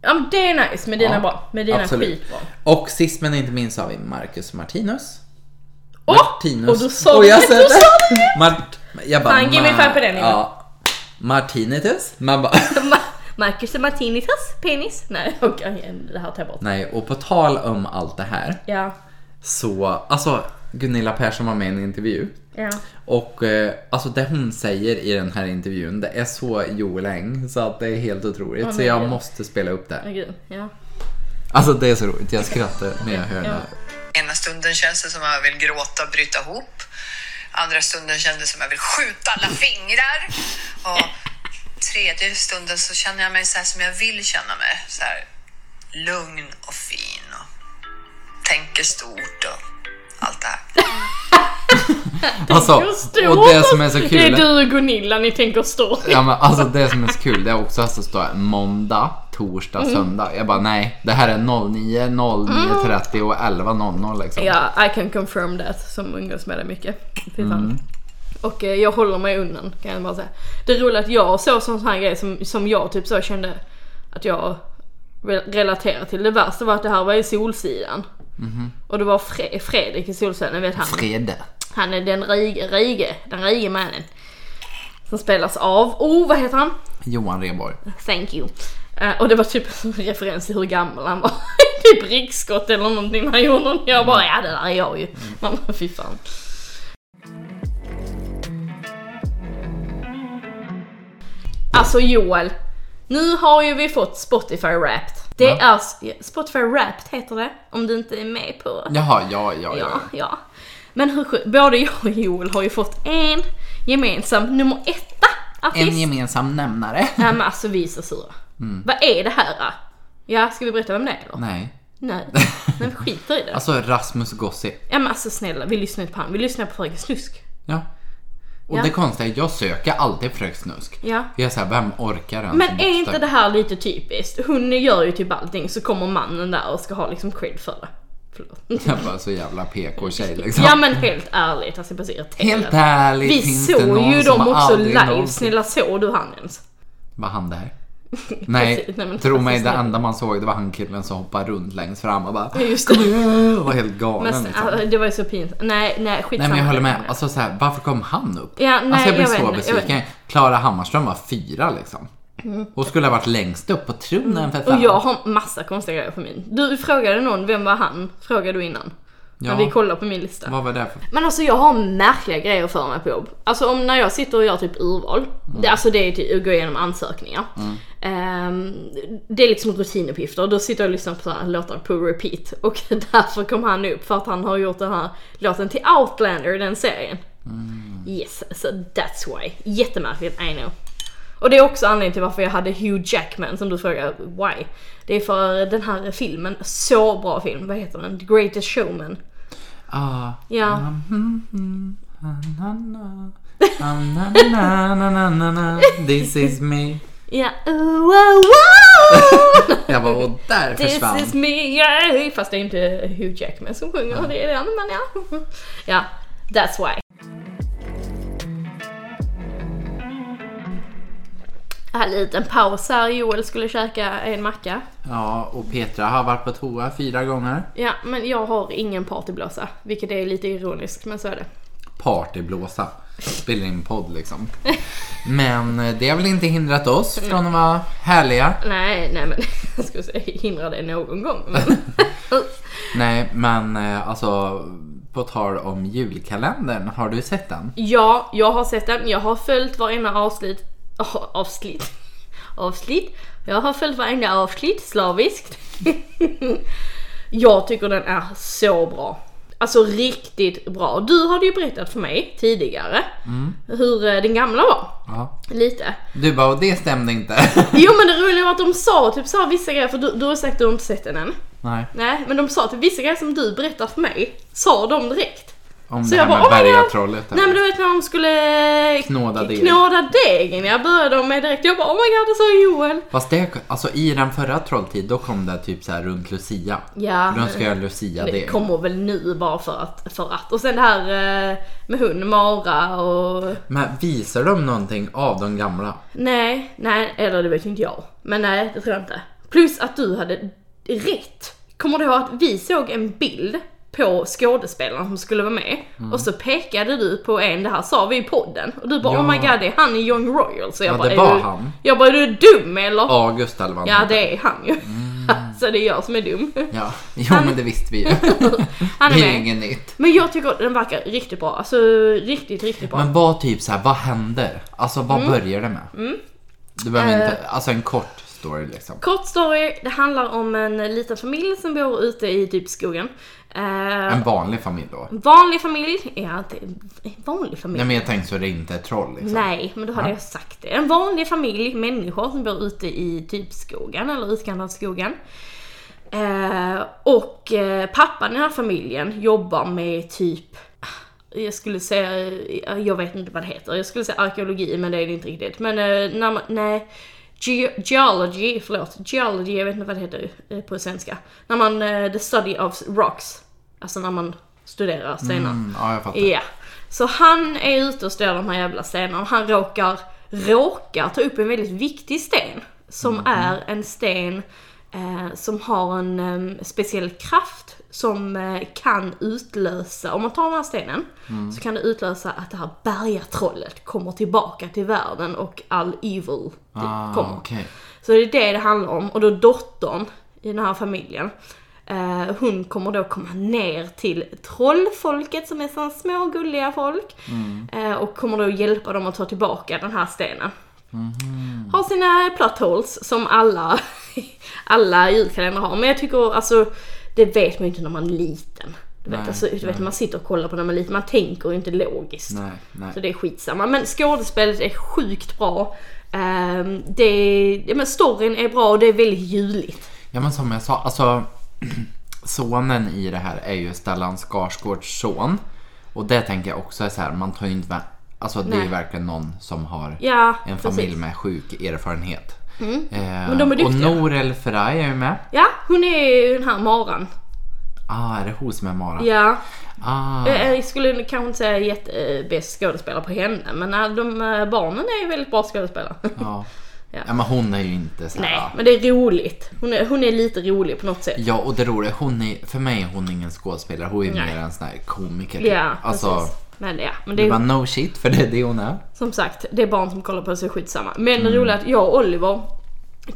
[SPEAKER 2] Ja, men det är nice. Medina
[SPEAKER 1] Ja,
[SPEAKER 2] är bra. Medina är
[SPEAKER 1] absolut.
[SPEAKER 2] skitbra.
[SPEAKER 1] Och sist men inte minst har vi Marcus Martinus.
[SPEAKER 2] Åh!
[SPEAKER 1] Martinus.
[SPEAKER 2] Och du sa
[SPEAKER 1] Oj,
[SPEAKER 2] det,
[SPEAKER 1] jag
[SPEAKER 2] du
[SPEAKER 1] sa
[SPEAKER 2] sa
[SPEAKER 1] det! Mart- jag bara,
[SPEAKER 2] Fan, ge mig
[SPEAKER 1] Ma-
[SPEAKER 2] fan på den, Emil.
[SPEAKER 1] ja. Martinitus. Man bara, [laughs]
[SPEAKER 2] Ma- Marcus och Martinitas penis? Nej, [laughs] okej. det här tar jag bort.
[SPEAKER 1] nej och på tal om allt det här.
[SPEAKER 2] Ja,
[SPEAKER 1] Så, alltså Gunilla Persson var med i en intervju.
[SPEAKER 2] ja.
[SPEAKER 1] Och eh, alltså det hon säger i den här intervjun, det är så Joel Eng så att det är helt otroligt. så
[SPEAKER 2] men
[SPEAKER 1] jag
[SPEAKER 2] gud.
[SPEAKER 1] måste spela upp det.
[SPEAKER 2] Åh gud. Ja.
[SPEAKER 1] Alltså det är så roligt, jag skrattar när jag hör det. här.
[SPEAKER 3] Ena stunden känns det som att jag vill gråta och bryta ihop. Andra stunden kändes det som att jag vill skjuta alla fingrar. Och tredje stunden så känner jag mig så här som jag vill känna mig. Så här, lugn och fin och tänker stort och allt det här.
[SPEAKER 1] Alltså, och det som är så
[SPEAKER 2] Det är
[SPEAKER 1] kul.
[SPEAKER 2] du och Gunilla, ni tänker stort.
[SPEAKER 1] [laughs] Ja, men alltså det som är så kul det är också att det står måndag, torsdag,
[SPEAKER 2] Mm.
[SPEAKER 1] söndag. Jag bara nej, det här är 09, 09.30 och 11.00 liksom.
[SPEAKER 2] Mm. Ja, I can confirm that som umgås med det mycket. Fy fan. Och eh, jag håller mig undan kan jag bara säga. Det roliga är att jag såg sån här grej som, som jag typ så kände att jag re- relaterade till. Det värsta var att det här var i Solsidan. Och det var Fre- Fredrik i Solsidan, vet han.
[SPEAKER 1] Fredag.
[SPEAKER 2] Han är den rige, rige, den rige mannen. Som spelas av, oh vad heter han?
[SPEAKER 1] Johan Rheborg.
[SPEAKER 2] Thank you. Eh, och det var typ en [laughs] referens till hur gammal han var. [laughs] typ riksskott eller någonting när han gjorde någon. Jag bara, ja det där är jag
[SPEAKER 1] Mm.
[SPEAKER 2] ju. Man bara, fy fan. Alltså Joel, nu har ju vi fått Spotify Wrapped. Det
[SPEAKER 1] Ja.
[SPEAKER 2] är s- Spotify Wrapped heter det, om du inte är med på
[SPEAKER 1] Jaha, ja, ja, ja.
[SPEAKER 2] Ja, ja. Men hur sjukt, både jag och Joel har ju fått en gemensam nummer etta artist.
[SPEAKER 1] En gemensam nämnare.
[SPEAKER 2] Ja men alltså vi är så sura. Vad är det här? då? Ja, ska vi berätta vem det är
[SPEAKER 1] [laughs]
[SPEAKER 2] då?
[SPEAKER 1] Mm. Nej. [laughs]
[SPEAKER 2] Nej. Men vi skiter i det.
[SPEAKER 1] Alltså Rasmus Gossi.
[SPEAKER 2] Ja men alltså snälla, vi lyssnar inte på han. Vi lyssnar på Fröken Snusk.
[SPEAKER 1] Ja. Och
[SPEAKER 2] Ja.
[SPEAKER 1] det konstiga är att jag söker alltid Fröken Snusk.
[SPEAKER 2] Ja.
[SPEAKER 1] Jag är såhär, vem orkar ens
[SPEAKER 2] Men är
[SPEAKER 1] bosta?
[SPEAKER 2] inte det här lite typiskt? Hon gör ju typ allting så kommer mannen där och ska ha liksom cred för det. Förlåt.
[SPEAKER 1] Jag bara så jävla PK-tjej liksom.
[SPEAKER 2] Ja men helt ärligt, alltså jag blir så irriterad.
[SPEAKER 1] Helt ärligt
[SPEAKER 2] vi
[SPEAKER 1] finns
[SPEAKER 2] såg
[SPEAKER 1] det någon
[SPEAKER 2] ju
[SPEAKER 1] som
[SPEAKER 2] dem också
[SPEAKER 1] aldrig
[SPEAKER 2] live,
[SPEAKER 1] någonsin-
[SPEAKER 2] snälla såg du han ens?
[SPEAKER 1] Var han
[SPEAKER 2] [laughs]
[SPEAKER 1] där? Nej,
[SPEAKER 2] Precis, nej, men
[SPEAKER 1] tro mig
[SPEAKER 2] precis,
[SPEAKER 1] det
[SPEAKER 2] nej.
[SPEAKER 1] enda man såg det var han killen som hoppade runt längst fram och bara
[SPEAKER 2] Ja, just det.
[SPEAKER 1] "Kom igen", var helt galen
[SPEAKER 2] Men,
[SPEAKER 1] liksom.
[SPEAKER 2] alltså, det var ju så pinsamt. Nej, nej skitsamma.
[SPEAKER 1] Nej men jag håller med, alltså så här, varför kom han upp?
[SPEAKER 2] Ja, nej,
[SPEAKER 1] alltså jag blir
[SPEAKER 2] jag
[SPEAKER 1] så
[SPEAKER 2] vet inte, jag vet
[SPEAKER 1] besviken. Klara Hammarström var fyra liksom. Hon skulle ha varit längst upp på tronen för fan.
[SPEAKER 2] Mm. Och jag har massa konstiga grejer på min. Du frågade någon, vem var han? Frågade du innan.
[SPEAKER 1] Ja.
[SPEAKER 2] När vi kollade på min lista.
[SPEAKER 1] Vad var det för...
[SPEAKER 2] Men alltså jag har märkliga grejer för mig på jobb. Alltså om när jag sitter och gör typ urval. Det, alltså det är typ att gå igenom ansökningar. Ehm, det är liksom rutinuppgifter. Då sitter jag och lyssnar på så här låtar på repeat. [laughs] Och därför kom han upp för att han har gjort den här låten till Outlander, den serien. Yes, so that's why. Jättemärkligt, I know. Och det är också anledningen till varför jag hade Hugh Jackman som du frågar why. Det är för den här filmen, så bra film, vad heter den? The Greatest Showman.
[SPEAKER 1] Ah.
[SPEAKER 2] Ja.
[SPEAKER 1] Mm, mm, na, na, na, na, na, na, na, na, This is me.
[SPEAKER 2] Ja, ooh, wow,
[SPEAKER 1] [laughs]
[SPEAKER 2] wow.
[SPEAKER 1] Jag bara, och där
[SPEAKER 2] This
[SPEAKER 1] försvann.
[SPEAKER 2] is me, yeah. Fast det är inte Hugh Jackman som sjunger, det är det men ja. Ja, that's why. Jag hade en liten paus här, Joel skulle käka en macka.
[SPEAKER 1] Ja, och Petra har varit på toa fyra gånger.
[SPEAKER 2] Ja, men jag har ingen partyblåsa, vilket är lite ironiskt, men så är det.
[SPEAKER 1] Partyblåsa. Spelar in podd liksom. Men eh, det har väl inte hindrat oss från att vara härliga.
[SPEAKER 2] Nej, nej men [laughs] jag skulle säga hindra det någon gång. Men...
[SPEAKER 1] Nej, men eh, alltså på tal om julkalendern, har du sett den?
[SPEAKER 2] ja, jag har sett den, jag har följt varenda avsnitt. Oh, avsnitt? [laughs] Avsnitt? Jag har följt varenda avsnitt slaviskt. [laughs] jag tycker den är så bra. Alltså riktigt bra. Du hade ju berättat för mig tidigare hur eh, den gamla var.
[SPEAKER 1] Ja.
[SPEAKER 2] Lite.
[SPEAKER 1] Du bara, och det stämde inte. [laughs]
[SPEAKER 2] Jo men det roliga var att de sa typ så här vissa grejer, för du, du har sagt att du har inte sett den än.
[SPEAKER 1] Nej,
[SPEAKER 2] Nej, men de sa typ vissa grejer som du berättar för mig, sa de direkt.
[SPEAKER 1] om
[SPEAKER 2] Så
[SPEAKER 1] det
[SPEAKER 2] jag
[SPEAKER 1] här
[SPEAKER 2] bara,
[SPEAKER 1] med
[SPEAKER 2] "Oh my God."
[SPEAKER 1] bergatrollet.
[SPEAKER 2] Nej men du vet när de skulle eh,
[SPEAKER 1] Knåda deg.
[SPEAKER 2] knåda degen, jag började de med direkt. Jag bara oh my god, det sa Joel.
[SPEAKER 1] Fast det, alltså i den förra Trolltid, då kom det typ så här runt Lucia.
[SPEAKER 2] Ja,
[SPEAKER 1] För de ska göra Lucia
[SPEAKER 2] det
[SPEAKER 1] det.
[SPEAKER 2] kommer väl nu bara för att, för att. Och sen det här eh, med hon Mara och...
[SPEAKER 1] Men visar de någonting av de gamla?
[SPEAKER 2] Nej, nej, eller det vet ju inte jag. Men nej, det tror jag inte. Plus att du hade rätt. Kommer du ihåg att vi såg en bild på skådespelaren som skulle vara med
[SPEAKER 1] Mm.
[SPEAKER 2] och så pekade du på en, det här sa vi i podden och du bara
[SPEAKER 1] Ja.
[SPEAKER 2] oh my god det är han i Young Royal så jag
[SPEAKER 1] Ja,
[SPEAKER 2] bara
[SPEAKER 1] det
[SPEAKER 2] är
[SPEAKER 1] var
[SPEAKER 2] du,
[SPEAKER 1] han.
[SPEAKER 2] Jag bara är du dum eller?
[SPEAKER 1] August eller vad han
[SPEAKER 2] Ja
[SPEAKER 1] heter.
[SPEAKER 2] det är han ju. [laughs] så det är jag som är dum.
[SPEAKER 1] Ja, jo men det visste vi ju.
[SPEAKER 2] [laughs] Han är
[SPEAKER 1] Det är
[SPEAKER 2] med.
[SPEAKER 1] inget nytt.
[SPEAKER 2] Men jag tycker den verkar riktigt bra, alltså riktigt riktigt bra.
[SPEAKER 1] Men vad typ så här, vad händer? Alltså vad
[SPEAKER 2] Mm.
[SPEAKER 1] börjar det med? Du behöver inte,
[SPEAKER 2] Eh.
[SPEAKER 1] alltså en kort story liksom.
[SPEAKER 2] Kort story, det handlar om en liten familj som bor ute i typ skogen. Eh,
[SPEAKER 1] En vanlig familj då.
[SPEAKER 2] Vanlig familj, ja det är vanlig familj.
[SPEAKER 1] Nej men jag tänkte så det inte är troll liksom.
[SPEAKER 2] Nej, men då hade jag sagt det. En vanlig familj, människor som bor ute i typ skogen eller utkanten av skogen. Eh, och eh, pappan i den här familjen jobbar med typ, jag skulle säga, eh, jag vet inte vad det heter, jag skulle säga arkeologi men det är det inte riktigt. Men eh, när man, nej, ge- geology, förlåt, geology, jag vet inte vad det heter eh, på svenska. När man, eh, the study of rocks, alltså när man studerar stenar.
[SPEAKER 1] Mm, ja jag fattar.
[SPEAKER 2] Ja. Så han är ute och stör de här jävla stenarna. Han råkar, råkar ta upp en väldigt viktig sten. Som är en sten eh, som har en em, speciell kraft som eh, kan utlösa, om man tar den här stenen, så kan det utlösa att det här bergatrollet kommer tillbaka till världen och all evil typ,
[SPEAKER 1] Ah,
[SPEAKER 2] kommer.
[SPEAKER 1] okej.
[SPEAKER 2] Så det är det det handlar om. Och då dottern i den här familjen, eh, hon kommer då komma ner till trollfolket som är sådana små gulliga folk.
[SPEAKER 1] Mm.
[SPEAKER 2] Eh, och kommer då hjälpa dem att ta tillbaka den här stenen.
[SPEAKER 1] Mm-hmm.
[SPEAKER 2] Har sina plot holes som alla, [laughs] alla julkalendrar har. Men jag tycker alltså, det vet man ju inte när man är liten. Du vet,
[SPEAKER 1] Nej,
[SPEAKER 2] alltså, du vet man sitter och kollar på när man är liten, man tänker ju inte logiskt.
[SPEAKER 1] Nej, nej.
[SPEAKER 2] Så det är skitsamma. Men skådespelet är sjukt bra. Ehm, det är, ja, men storyn är bra och det är väldigt juligt.
[SPEAKER 1] Ja men som jag sa, alltså [clears throat] sonen i det här är ju Stellan Skarsgårds son. Och det tänker jag också är så här, man tar ju inte med, alltså det är
[SPEAKER 2] Nej.
[SPEAKER 1] ju verkligen någon som har
[SPEAKER 2] Ja,
[SPEAKER 1] en
[SPEAKER 2] precis. Mm.
[SPEAKER 1] familj med sjuk erfarenhet. Eh,
[SPEAKER 2] Men de är
[SPEAKER 1] och
[SPEAKER 2] duktiga.
[SPEAKER 1] Nour El Ferraj är ju med.
[SPEAKER 2] Ja, hon är ju den här maran.
[SPEAKER 1] Ah, är det hon som är Mara?
[SPEAKER 2] Ja. Eh,
[SPEAKER 1] Ah,
[SPEAKER 2] Jag skulle kanske inte säga jättebäst skådespelare på henne, men eh, de eh, barnen är ju väldigt bra skådespelare.
[SPEAKER 1] ja.
[SPEAKER 2] [laughs] Ja.
[SPEAKER 1] ja men hon är ju inte så
[SPEAKER 2] Nej,
[SPEAKER 1] här.
[SPEAKER 2] men det är roligt. Hon är, hon är lite rolig på något sätt.
[SPEAKER 1] Ja och det roliga, hon är, för mig är hon ingen skådespelare, hon är
[SPEAKER 2] Nej.
[SPEAKER 1] mer en sån här komiker. typ.
[SPEAKER 2] Ja,
[SPEAKER 1] alltså,
[SPEAKER 2] precis. Men ja, men det
[SPEAKER 1] det
[SPEAKER 2] är
[SPEAKER 1] var no shit för det är det hon är.
[SPEAKER 2] Som sagt, det är barn som kollar på så skitsamma. Men
[SPEAKER 1] Mm.
[SPEAKER 2] det roliga är att jag och Oliver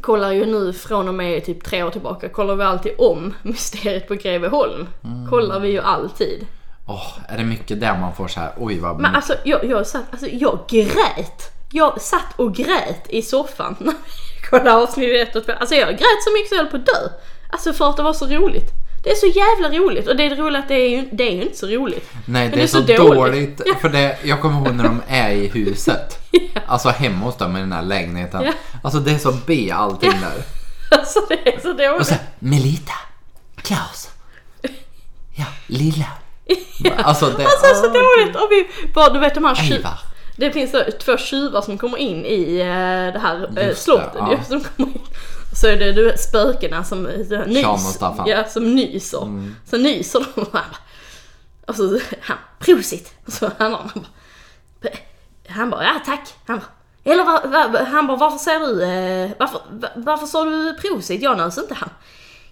[SPEAKER 2] kollar ju nu från och med typ tre år tillbaka kollar vi alltid om [laughs] Mysteriet på Greveholm.
[SPEAKER 1] Mm.
[SPEAKER 2] Kollar vi ju alltid.
[SPEAKER 1] Åh, är det mycket där man får så här, oj vad
[SPEAKER 2] Men alltså jag, jag satt, alltså jag grät. Jag satt och grät i soffan när vi kollade avsnitt ett och två. Alltså jag grät så mycket så jag höll på att dö. Alltså för att det var så roligt. Det är så jävla roligt och det är det roliga att det är ju, det är ju inte så roligt. [laughs]
[SPEAKER 1] Nej, det,
[SPEAKER 2] det
[SPEAKER 1] är
[SPEAKER 2] är
[SPEAKER 1] så,
[SPEAKER 2] så [laughs]
[SPEAKER 1] dåligt. För det, jag kommer ihåg när de är i huset. Alltså hemma hos dem i den här lägenheten.
[SPEAKER 2] Ja.
[SPEAKER 1] Alltså det är så B allting där.
[SPEAKER 2] Alltså det är så
[SPEAKER 1] Och
[SPEAKER 2] dåligt.
[SPEAKER 1] sen Melita,
[SPEAKER 2] [laughs]
[SPEAKER 1] Klaus, ja, Lilla. Alltså det
[SPEAKER 2] Alltså det är så dåligt. Och vi, bara, du vet de här tju-
[SPEAKER 1] Eivar.
[SPEAKER 2] Det finns så, två tjuvar som kommer in i eh, det här eh,
[SPEAKER 1] det,
[SPEAKER 2] slottet
[SPEAKER 1] ja.
[SPEAKER 2] ju, som kommer in. Så är det du vet, spökena som eh, så här
[SPEAKER 1] Shaman
[SPEAKER 2] nys,
[SPEAKER 1] Staffan.
[SPEAKER 2] ja, som nyser. Så nyser de och han bara- Och så han, prosit! Och så han bara, han bara, han bara, ja tack! Han bara, eller va, va, han bara, varför säger du, eh, varför, va, varför sa du prosit? Jag nös inte han.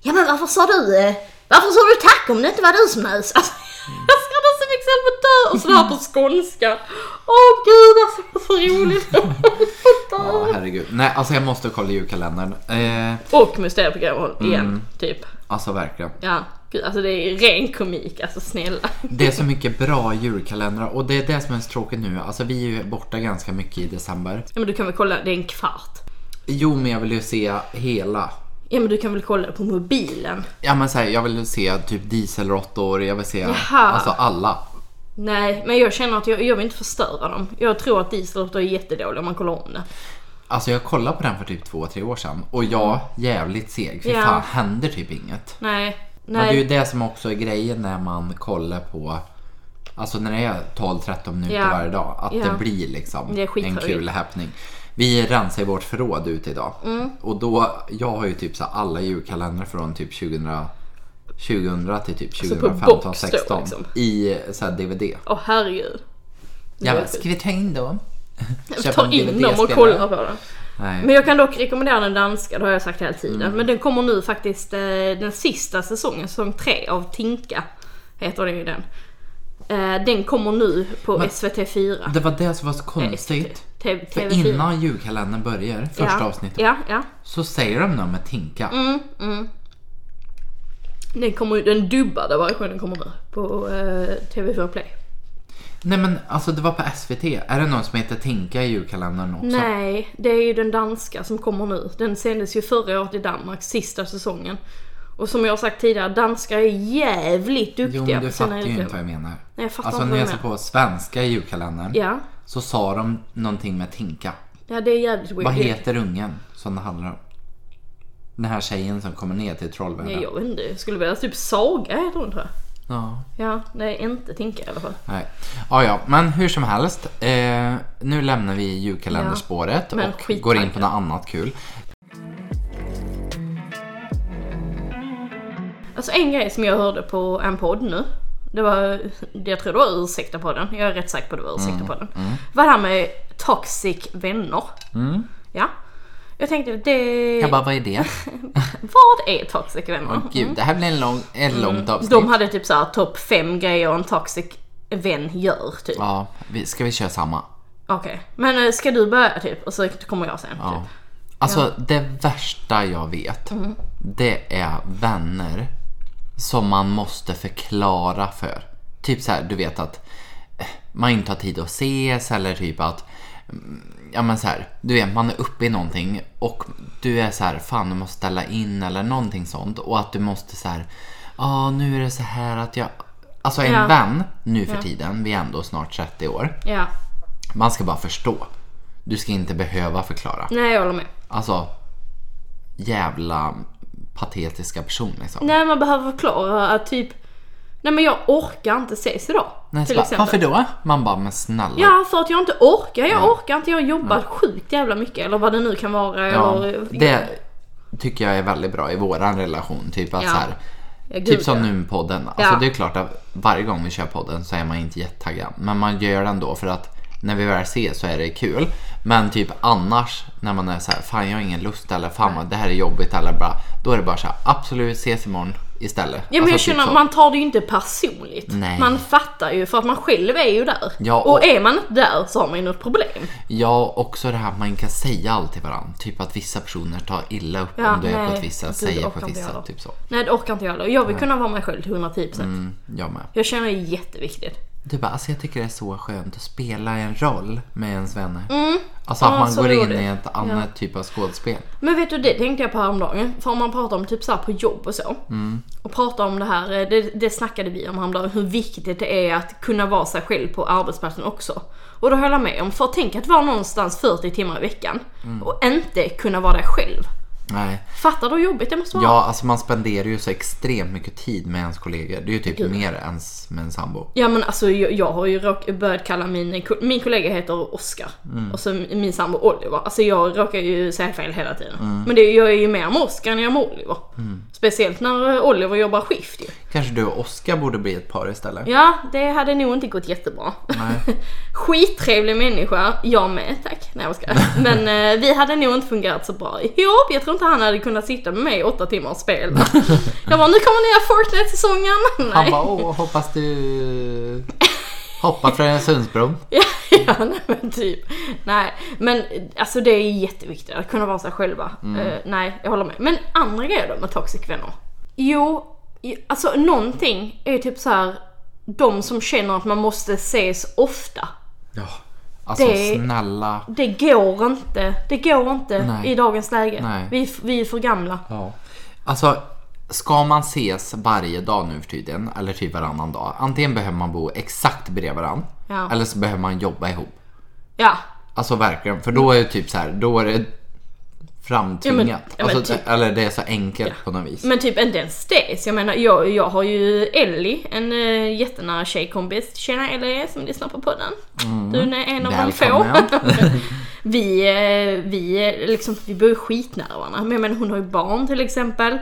[SPEAKER 2] Ja men varför sa du, eh, varför sa du tack om det inte var du som nös? Alltså, jag skrattar så mycket så jag får dö! Och sådär på skånska. Åh gud alltså, det var så roligt! Jag får
[SPEAKER 1] Ja,
[SPEAKER 2] dö.
[SPEAKER 1] herregud. Nej, alltså jag måste kolla julkalendern. Eh,
[SPEAKER 2] Och mysterieprogram igen, typ.
[SPEAKER 1] alltså verkligen.
[SPEAKER 2] Ja, gud alltså det är ren komik, alltså snälla.
[SPEAKER 1] Det är så mycket bra julkalendrar och det är det som är så tråkigt nu. Alltså vi är ju borta ganska mycket i december.
[SPEAKER 2] Ja men du kan väl kolla, det är en kvart.
[SPEAKER 1] Jo, men jag vill ju se hela.
[SPEAKER 2] Ja men du kan väl kolla på mobilen?
[SPEAKER 1] Ja, men så här, jag vill ju se typ dieselråttor, jag vill se
[SPEAKER 2] Jaha.
[SPEAKER 1] alltså alla.
[SPEAKER 2] Nej, men jag känner att jag, jag vill inte förstöra dem. Jag tror att dieselråttor är jättedåliga om man kollar om det.
[SPEAKER 1] Alltså jag kollade på den för typ två, tre år sedan och jag jävligt seg för
[SPEAKER 2] Mm. Ja.
[SPEAKER 1] fan händer typ inget.
[SPEAKER 2] Nej,
[SPEAKER 1] Men det är ju
[SPEAKER 2] nej.
[SPEAKER 1] det som också är grejen när man kollar på Alltså när det är 12-13 minuter
[SPEAKER 2] Ja.
[SPEAKER 1] varje dag, att
[SPEAKER 2] Ja.
[SPEAKER 1] det blir liksom
[SPEAKER 2] Det är
[SPEAKER 1] en
[SPEAKER 2] skithöjt.
[SPEAKER 1] kul happening. Vi rensar ju vårt förråd ut idag
[SPEAKER 2] Mm.
[SPEAKER 1] och då, jag har ju typ så här alla julkalendrar från typ 2000, 2000 till typ
[SPEAKER 2] Alltså på
[SPEAKER 1] 2015,
[SPEAKER 2] box då,
[SPEAKER 1] 16
[SPEAKER 2] liksom.
[SPEAKER 1] i så här DVD.
[SPEAKER 2] Åh herregud.
[SPEAKER 1] Jag bara,
[SPEAKER 2] vet
[SPEAKER 1] ska vi ta in
[SPEAKER 2] [laughs]
[SPEAKER 1] dem?
[SPEAKER 2] Jag
[SPEAKER 1] Köpa
[SPEAKER 2] tar
[SPEAKER 1] en
[SPEAKER 2] in dem och
[SPEAKER 1] DVD-spelare?
[SPEAKER 2] kollar på dem.
[SPEAKER 1] Nej.
[SPEAKER 2] Men jag kan dock rekommendera den danska, det har jag sagt hela tiden.
[SPEAKER 1] Mm.
[SPEAKER 2] Men den kommer nu faktiskt eh, den sista säsongen, säsong 3 av Tinka. Heter den ju den. Eh, den kommer nu på
[SPEAKER 1] Men-
[SPEAKER 2] SVT 4.
[SPEAKER 1] Det var det som var så konstigt. För
[SPEAKER 2] TV4.
[SPEAKER 1] innan julkalendern börjar, första avsnittet,
[SPEAKER 2] Ja, ja.
[SPEAKER 1] så säger de något med Tinka.
[SPEAKER 2] Den, kommer, ju- den dubbade versionen kommer nu på eh, TV4 Play.
[SPEAKER 1] Nej men alltså det var på SVT. Är det någon som heter Tinka i julkalendern också?
[SPEAKER 2] Nej, det är ju den danska som kommer nu. Den sändes ju förra året i Danmark, sista säsongen. Och som jag har sagt tidigare, danskar är jävligt duktiga
[SPEAKER 1] Jo men du
[SPEAKER 2] på sina
[SPEAKER 1] fattar ju
[SPEAKER 2] yrken.
[SPEAKER 1] inte vad jag menar.
[SPEAKER 2] Nej, jag fattar
[SPEAKER 1] alltså
[SPEAKER 2] inte
[SPEAKER 1] när
[SPEAKER 2] vad
[SPEAKER 1] jag
[SPEAKER 2] du
[SPEAKER 1] såg på svenska i julkalendern
[SPEAKER 2] Ja,
[SPEAKER 1] så sa de någonting med Tinka.
[SPEAKER 2] ja det är jävligt weird.
[SPEAKER 1] Vad heter ungen som det handlar om? Den här tjejen som kommer ner till
[SPEAKER 2] Nej,
[SPEAKER 1] trollvärlden.
[SPEAKER 2] jag vet inte. Jag skulle vilja typ Saga heter hon tror jag.
[SPEAKER 1] Ja.
[SPEAKER 2] Ja, nej inte Tinka i alla fall.
[SPEAKER 1] Nej. Ja, ja, men hur som helst. Eh, nu lämnar vi julkalenderspåret
[SPEAKER 2] Men
[SPEAKER 1] och
[SPEAKER 2] skittaggad.
[SPEAKER 1] går in på något annat kul.
[SPEAKER 2] Alltså en grej som jag hörde på en podd nu. Det var, jag tror det var ursäkta podden. Jag är rätt säker på att det var
[SPEAKER 1] Mm,
[SPEAKER 2] ursäkta podden. Var det här med toxic vänner. Ja. Jag tänkte det...
[SPEAKER 1] Mm. Jag bara, vad är
[SPEAKER 2] [laughs]
[SPEAKER 1] det?
[SPEAKER 2] Vad är toxic vänner?
[SPEAKER 1] Gud, det här blir en lång, en långt avsnitt.
[SPEAKER 2] De hade typ såhär topp 5 grejer en toxic vän gör typ.
[SPEAKER 1] Ja, vi, ska vi köra samma?
[SPEAKER 2] Okej. Men eh, ska du börja typ? Och så kommer jag sen.
[SPEAKER 1] Ja.
[SPEAKER 2] Typ.
[SPEAKER 1] Alltså det värsta jag vet,
[SPEAKER 2] Mm.
[SPEAKER 1] det är vänner som man måste förklara för. Typ så här, du vet att eh, man inte har tid att ses eller typ att mm, Ja men så här, du vet man är uppe i någonting och du är så här, fan du måste ställa in eller någonting sånt och att du måste så här, ja nu är det så här att jag Alltså en
[SPEAKER 2] Ja.
[SPEAKER 1] vän nu för tiden, vi är ändå snart 30 år,
[SPEAKER 2] Ja.
[SPEAKER 1] man ska bara förstå. Du ska inte behöva förklara.
[SPEAKER 2] Nej jag håller med.
[SPEAKER 1] Alltså, jävla patetiska person liksom.
[SPEAKER 2] Nej man behöver förklara att typ Nej men jag orkar inte ses idag.
[SPEAKER 1] Nej, så
[SPEAKER 2] till
[SPEAKER 1] bara,
[SPEAKER 2] exempel.
[SPEAKER 1] Varför då? Man bara, men snälla.
[SPEAKER 2] Ja för att jag inte orkar. Jag orkar inte. Jag jobbar sjukt jävla mycket eller vad det nu kan vara.
[SPEAKER 1] Ja,
[SPEAKER 2] eller...
[SPEAKER 1] det tycker jag är väldigt bra i våran relation. Typ att
[SPEAKER 2] Ja.
[SPEAKER 1] så här,
[SPEAKER 2] Ja, gud,
[SPEAKER 1] Typ som
[SPEAKER 2] ja.
[SPEAKER 1] nu med podden. Alltså
[SPEAKER 2] Ja.
[SPEAKER 1] det är klart att varje gång vi kör podden så är man inte jättetaggad. Men man gör det ändå för att när vi väl ses så är det kul. Men typ annars när man är så här, fan jag har ingen lust eller fan vad det här är jobbigt eller bara. Då är det bara så här, absolut ses imorgon istället.
[SPEAKER 2] Ja
[SPEAKER 1] Alltså,
[SPEAKER 2] men jag
[SPEAKER 1] typ
[SPEAKER 2] känner
[SPEAKER 1] så.
[SPEAKER 2] att man tar det ju inte personligt.
[SPEAKER 1] Nej.
[SPEAKER 2] Man fattar ju för att man själv är ju där.
[SPEAKER 1] Ja,
[SPEAKER 2] och...
[SPEAKER 1] och-
[SPEAKER 2] är man inte där så har man ju något problem.
[SPEAKER 1] Ja, också det här att man kan säga allt till varandra. Typ att vissa personer tar illa upp
[SPEAKER 2] Ja,
[SPEAKER 1] om du är på
[SPEAKER 2] nej.
[SPEAKER 1] ett visst
[SPEAKER 2] Gud,
[SPEAKER 1] sätt, säger
[SPEAKER 2] orkar
[SPEAKER 1] på ett
[SPEAKER 2] inte
[SPEAKER 1] visst
[SPEAKER 2] jag då.
[SPEAKER 1] sätt. Typ så.
[SPEAKER 2] Nej det orkar inte jag heller. Jag vill kunna vara mig själv till 110%.
[SPEAKER 1] Mm, jag med.
[SPEAKER 2] Jag känner det är jätteviktigt.
[SPEAKER 1] Du bara, alltså jag tycker det är så skönt att spela en roll med ens vänner. Alltså att
[SPEAKER 2] Mm. Ja,
[SPEAKER 1] man
[SPEAKER 2] så
[SPEAKER 1] går
[SPEAKER 2] det
[SPEAKER 1] in
[SPEAKER 2] gjorde.
[SPEAKER 1] i ett annat typ av skådespel.
[SPEAKER 2] Men vet du, det tänkte jag på häromdagen. För om man pratar om typ så här på jobb och så. Och pratar om det här, eh, det, det snackade vi om häromdagen, hur viktigt det är att kunna vara sig själv på arbetsplatsen också. Och då höll jag med om, för tänk att vara någonstans 40 timmar i veckan och inte kunna vara dig själv.
[SPEAKER 1] Nej.
[SPEAKER 2] Fattar du hur jobbigt det måste vara?
[SPEAKER 1] Ja, alltså man spenderar ju så extremt mycket tid med ens kollegor. Det är ju typ mer än s- med en sambo.
[SPEAKER 2] Ja men alltså jag, jag har ju råk, börjat kalla min, ko- min kollega heter Oscar och så min sambo Oliver. Alltså jag råkar ju säga fel hela tiden. Men det, jag är ju mer med Oscar än jag är med Oliver. Speciellt när eh, Oliver jobbar skift ju.
[SPEAKER 1] Kanske du och Oskar borde bli ett par istället?
[SPEAKER 2] Ja, det hade nog inte gått jättebra.
[SPEAKER 1] Nej.
[SPEAKER 2] [laughs] Skittrevlig människa, jag med tack. Nej
[SPEAKER 1] [laughs]
[SPEAKER 2] jag skojar. Men eh, vi hade nog inte fungerat så bra ihop. Jag tror inte han hade kunnat sitta med mig i åtta timmar
[SPEAKER 1] [laughs]
[SPEAKER 2] och spela. Jag bara, nu kommer nya Fortnite-säsongen. [laughs]
[SPEAKER 1] Han
[SPEAKER 2] Nej.
[SPEAKER 1] bara, åh, hoppas du hoppar från en Sundsbron.
[SPEAKER 2] Ja, ja nej, men typ. Nej, men alltså det är jätteviktigt att kunna vara sig själva.
[SPEAKER 1] Mm.
[SPEAKER 2] Eh, nej, jag håller med. Men andra grejer då med toxic vänner? Jo, i- alltså någonting är ju typ så här de som känner att man måste ses ofta.
[SPEAKER 1] Ja. Alltså
[SPEAKER 2] Det-
[SPEAKER 1] snälla.
[SPEAKER 2] Det går inte. Det går inte
[SPEAKER 1] Nej.
[SPEAKER 2] i dagens läge.
[SPEAKER 1] Nej.
[SPEAKER 2] Vi, är f- vi är för gamla.
[SPEAKER 1] Ja. Alltså, ska man ses varje dag nu för tiden, eller typ varannan dag, antingen behöver man bo exakt bredvid varandra,
[SPEAKER 2] Ja.
[SPEAKER 1] eller så behöver man jobba ihop.
[SPEAKER 2] Ja,
[SPEAKER 1] Alltså verkligen, för då är det typ så här, då är det framtvingat.
[SPEAKER 2] Ja, men- ja, men
[SPEAKER 1] alltså,
[SPEAKER 2] typ.
[SPEAKER 1] Eller det är så enkelt på något vis.
[SPEAKER 2] men typ inte ens det. Jag menar, jag, jag har ju Ellie, en eh, jättenära tjejkompis. Tjena Ellie som lyssnar på podden. Du är en av de få.
[SPEAKER 1] Mm. Välkommen.
[SPEAKER 2] [laughs]
[SPEAKER 1] [laughs]
[SPEAKER 2] Vi, eh, vi, eh, liksom, vi bor ju skitnära varandra. Men, men hon har ju barn till exempel.